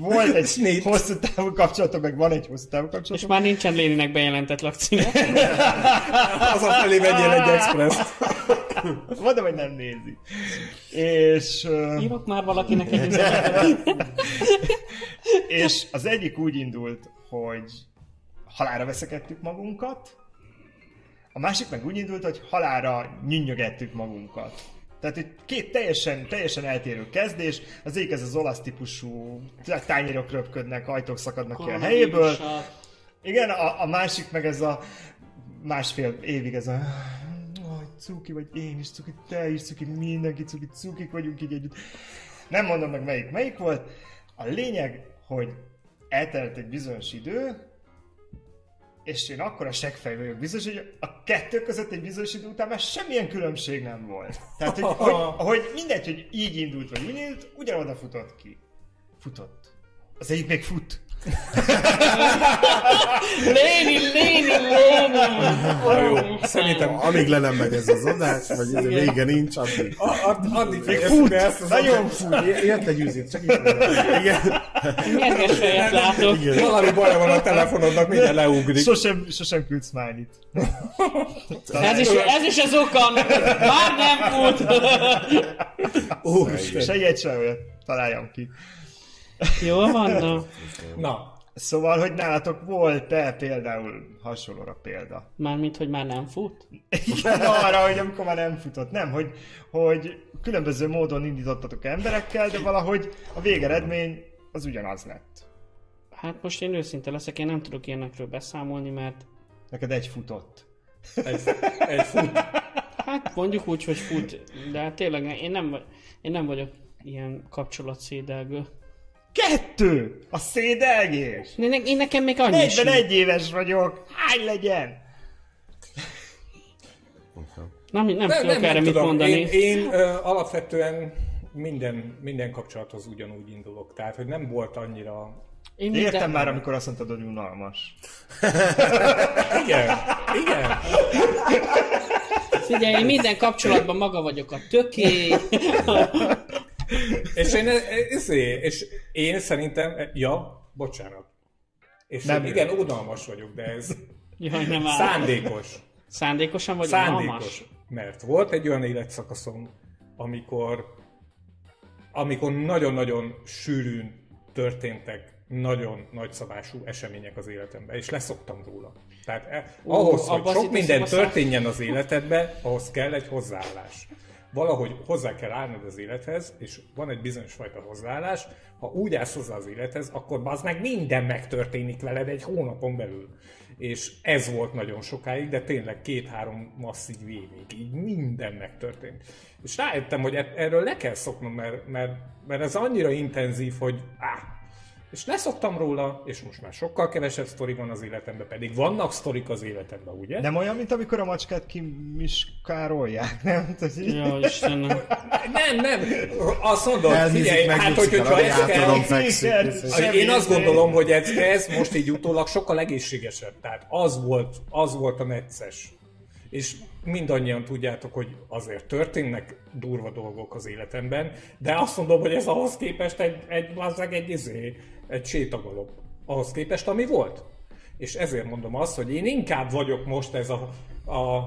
volt egy Snit. hosszú távú kapcsolatom, meg van egy hosszú távú És kapcsolatom. már nincsen Léninek bejelentett lakcíme. Az a felé vegyél egy express Mondom, hogy nem nézi. És, ö, Írok már valakinek egy üzenetet. és az egyik úgy indult, hogy halára veszekedtük magunkat, a másik meg úgy indult, hogy halára nyűnyögettük magunkat. Tehát itt két teljesen, teljesen eltérő kezdés, az egyik ez az olasz típusú tányérok röpködnek, ajtók szakadnak ki a helyéből, Igen, a, a másik meg ez a másfél évig ez a Aj, cuki vagy én is cuki, te is cuki, mindenki cuki, cukik vagyunk így együtt. Nem mondom meg melyik melyik volt. A lényeg, hogy eltelt egy bizonyos idő, és én akkor a seggfej vagyok biztos, hogy a kettő között egy bizonyos idő után már semmilyen különbség nem volt. Tehát, hogy, hogy, hogy mindegy, hogy így indult vagy úgy indult, ugyanoda futott ki. Futott. Az egyik még fut. Léni, Léni, Léni! Szerintem Amíg le nem megy ez az adás, vagy izé vége nincs, addig. Add- Addig még Fut! ezt az Nagyon nagyon fut! Jött egy üzét, csak így Igen. Mérges fejet látok. valami baja van a telefonodnak, minden leugrik. Sosem, sosem küld smiley Ez is, ez is az oka, annak, hogy már nem fut. Úristen. Se ilyet, se olyat. Találjam ki. Jól van, na. Na, Szóval, hogy nálatok volt-e például hasonlóra példa? Mármint, hogy már nem fut? Igen, arra, hogy amikor már nem futott. Nem, hogy, hogy különböző módon indítottatok emberekkel, de valahogy a végeredmény az ugyanaz lett. Hát most én őszinte leszek, én nem tudok ilyenekről beszámolni, mert Neked egy futott. egy, egy fut. hát mondjuk úgy, hogy fut, de hát tényleg én nem, vagy- én nem vagyok ilyen kapcsolatszédelgő. Kettő! A szédelgés! Én, én nekem még annyi sincs. 41 éves vagyok! Hány legyen? Nem, nem, Nem, tudok nem, erre nem mit tudom. mondani. Én, én ö, alapvetően minden, minden kapcsolathoz ugyanúgy indulok. Tehát, hogy nem volt annyira... Én minden- Értem már, amikor azt mondtad, hogy unalmas. Igen, igen. Figyelj, én minden kapcsolatban maga vagyok a töké. És én, ezért, és én szerintem, ja, bocsánat. És Nem nem igen, ódalmas vagyok, de ez Jaj, nem áll. szándékos. Szándékosan vagy Szándékos. Mert volt egy olyan életszakaszom, amikor amikor nagyon-nagyon sűrűn történtek nagyon nagyszabású események az életemben, és leszoktam róla. Tehát eh, Ú, ahhoz, hogy abban sok szinte minden szóba száll. történjen az életedbe, ahhoz kell egy hozzáállás. Valahogy hozzá kell állnod az élethez, és van egy bizonyos fajta hozzáállás. Ha úgy állsz hozzá az élethez, akkor az meg minden megtörténik veled egy hónapon belül. És ez volt nagyon sokáig, de tényleg két-három masszív évig, így minden megtörtént. És rájöttem, hogy e- erről le kell szoknom, mert, mert, mert ez annyira intenzív, hogy áh, és leszoktam róla, és most már sokkal kevesebb sztori van az életemben, pedig vannak sztorik az életemben, ugye? Nem olyan, mint amikor a macskát kimiskárolják, nem? Tehát így- Jó, Istenem. nem, nem. Azt mondom, Elhízik, figyelj, hát megnyugszik hogy, a hogyha ez radiátoron. kell, Tudom, fekszik. Igen, Én Én semmi azt érték. gondolom, hogy ez, ez most így utólag sokkal egészségesebb. Tehát az volt, az volt a necces. És mindannyian tudjátok, hogy azért történnek durva dolgok az életemben, de azt mondom, hogy ez ahhoz képest egy, egy, egy, egy, izé, egy sétagalop. Ahhoz képest, ami volt. És ezért mondom azt, hogy én inkább vagyok most ez a, a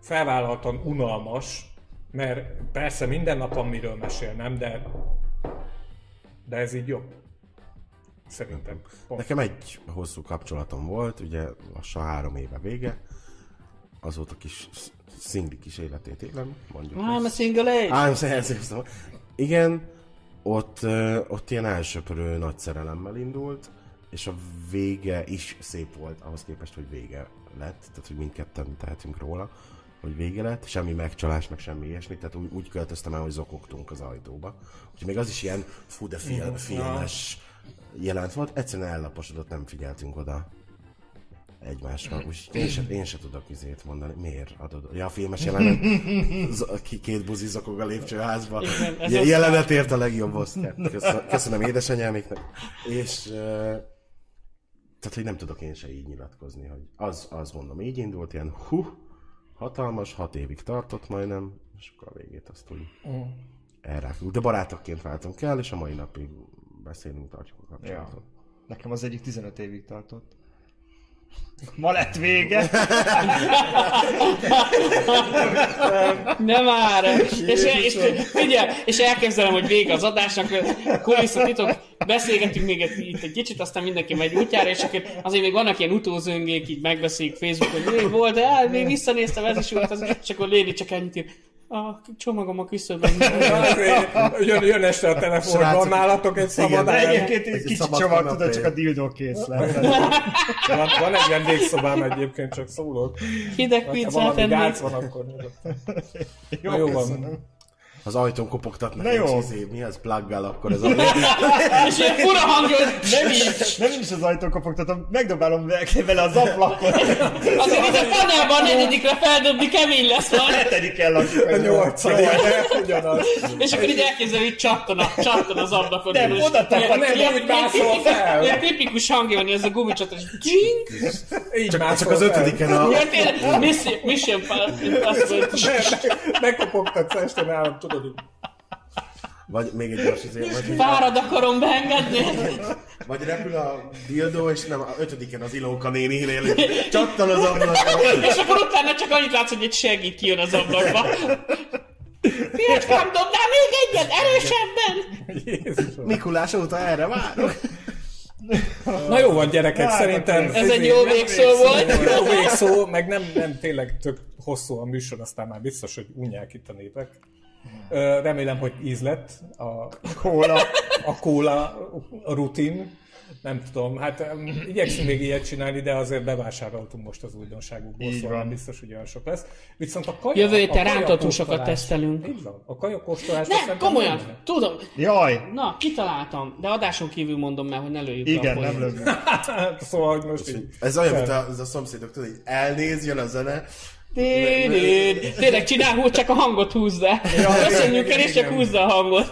felvállaltan unalmas, mert persze minden nap van miről mesélnem, de, de ez így jobb. Szerintem. Pont. Nekem egy hosszú kapcsolatom volt, ugye lassan három éve vége, azóta kis sz- szingli kis életét élem, mondjuk. I'm a single age. Ám szerzőszó. szóval. Igen, ott, ö, ott ilyen elsöprő nagy szerelemmel indult, és a vége is szép volt, ahhoz képest, hogy vége lett, tehát hogy mindketten tehetünk róla, hogy vége lett, semmi megcsalás, meg semmi ilyesmi, tehát úgy, úgy költöztem el, hogy zokogtunk az ajtóba. Úgyhogy még az is ilyen fú de film, filmes jelent volt, egyszerűen ellaposodott, nem figyeltünk oda egymásra. Úgyhogy én se, én se tudok izét mondani. Miért adod? Ja, a filmes jelenet. Z- ki- Két buzi zakog a lépcsőházba. Igen, ez Je- az- jelenet ért a legjobb osztját. Köszönöm, köszönöm édesanyáméknak. És ö, tehát, hogy nem tudok én se így nyilatkozni, hogy az, az mondom, így indult, ilyen hú, hatalmas, hat évig tartott majdnem, és akkor a végét azt úgy Mm. elrákjuk. De barátokként váltunk el, és a mai napig beszélünk, tartjuk a kapcsolatot. Nekem az egyik 15 évig tartott. Ma lett vége. Nem már. És, és, figyelj, és elképzelem, hogy vége az adásnak, kulisszatitok, beszélgetünk még egy, itt egy kicsit, aztán mindenki megy útjára, és akkor azért még vannak ilyen utózöngék, így megbeszéljük Facebookon, hogy mi volt, de hát még visszanéztem, ez is volt, az, és akkor Léni csak ennyit ír, a csomagom a küszöbben. Ja, azért jön, jön este a telefon, Srácok. van nálatok egy szabad Igen. De ágy? egyébként Ez egy egy kicsi szabad csomag, kanapé. tudod, csak a dildó kész lett. van, van egy vendégszobám egyébként, csak szólok. Hideg Ha pizzát valami gác ennék. van, akkor nyugodtan. Jó, Na jó van. köszönöm. Az ajtón kopogtatnak Na egy jó. izé, mi az pluggal, akkor ez a És ilyen fura hangja, hogy nem így. Nem is az ajtón kopogtatom, megdobálom ve- vele az ablakot. Azért itt a panelban negyedikre feldobni kemény lesz A majd. hetedik ellakjuk A nyolcad, de ugyanaz. És akkor így elképzelem, így csattan, a, csattan az ablakon. Nem, És- oda tapad. Nem, Ilyen- úgy mászol ilyen tipikus- Ilyen fel. tipikus hangja van, ez a gumicsat, és dzsing! Így Csak, mászol csak az fel. ötödiken a... Ilyen tényleg, Miss- Mission Impossible. Ne- Megkopogtatsz este nálam, tudod, hogy Vagy még egy gyors izé, vagy, Fárad akarom beengedni. vagy repül a dildó, és nem, a ötödiken az Ilóka néni él, csattan az ablakon. És akkor utána csak annyit látsz, hogy egy segít kijön az ablakba. Piracskám, dobnál még egyet, erősebben! Jézusom. Mikulás óta erre várok. Na jó van gyerekek, Hát, szerintem... Izé, akkor Ez egy jó végszó volt. Jó végszó, meg nem, nem tényleg tök hosszú a műsor, aztán már biztos, hogy unják itt a népek. Ö, Remélem, hogy íz lett a, Kóla. a kóla rutin. Nem tudom, hát em, igyekszünk még ilyet csinálni, de azért bevásároltunk most az újdonságokból, Így szóval van. nem biztos, hogy olyan sok lesz. Viszont a kaja, Jövő a héten kaja rántott húsokat kóstolás- tesztelünk. Így van, a kaja kóstolás. azt Nem, szerintem komolyan, nem- tudom. Jaj, Na, kitaláltam, de adáson kívül mondom már, hogy ne lőjük be a igen, poént. nem lövünk. Hát, Szóval hogy most így. Ez olyan, mint a, az a szomszédok, tudod, hogy elnéz, jön a zene. Tidid. Tényleg csinál, hú, csak a hangot húzza. Köszönjük el, és csak húzza a hangot.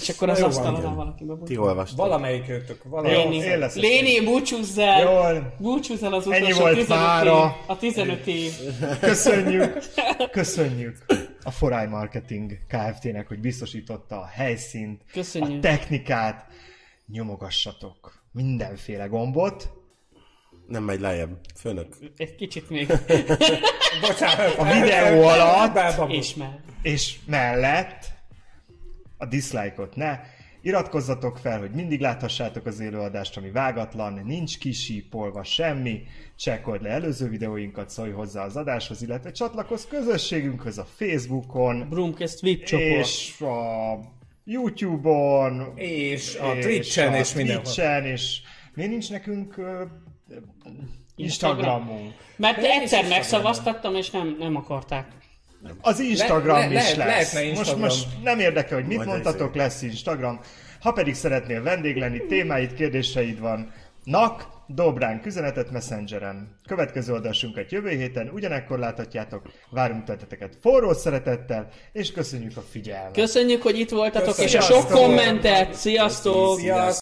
És akkor az jó asztalon van. valaki bebújt. Ti olvastok. Valamelyik őtök, Jó, valamelyik. Léni, én leszek. Léni, búcsúzz el! Jól. Búcsúzz el az Ennyi utolsó volt 15 mára. év. A 15 év. Köszönjük, köszönjük a Foráj Marketing Kft-nek, hogy biztosította a helyszínt, Köszönjük. a technikát. Nyomogassatok mindenféle gombot. Nem megy lejjebb. Főnök. Egy kicsit még A videó alatt és már. és mellett a dislike-ot ne. Iratkozzatok fel, hogy mindig láthassátok az élőadást, ami vágatlan, nincs kisípolva semmi, csekkold le előző videóinkat, szólj hozzá az adáshoz, illetve csatlakozz közösségünkhöz a Facebookon, Brumcast VIP csoport. és a YouTube-on, És a Twitch-en és mindenhol. Twitch-en, és miért nincs nekünk ö, ö, Instagramunk? Mert egyszer megszavaztattam, és nem, nem akarták. Az Instagram Le- le- is lehet- lesz. lehetne Instagram. Most, most nem érdekel, hogy mit Majd mondtatok, lesz Instagram. Ha pedig szeretnél vendég lenni, témáid, kérdéseid van, nak, dob ránk üzenetet Messengeren. Következő adásunkat jövő héten ugyanekkor láthatjátok. Várunk tetteteket forró szeretettel, és köszönjük a figyelmet. Köszönjük, hogy itt voltatok, és a Köszönjük. sok kommentet. Sziasztok! Sziasztok!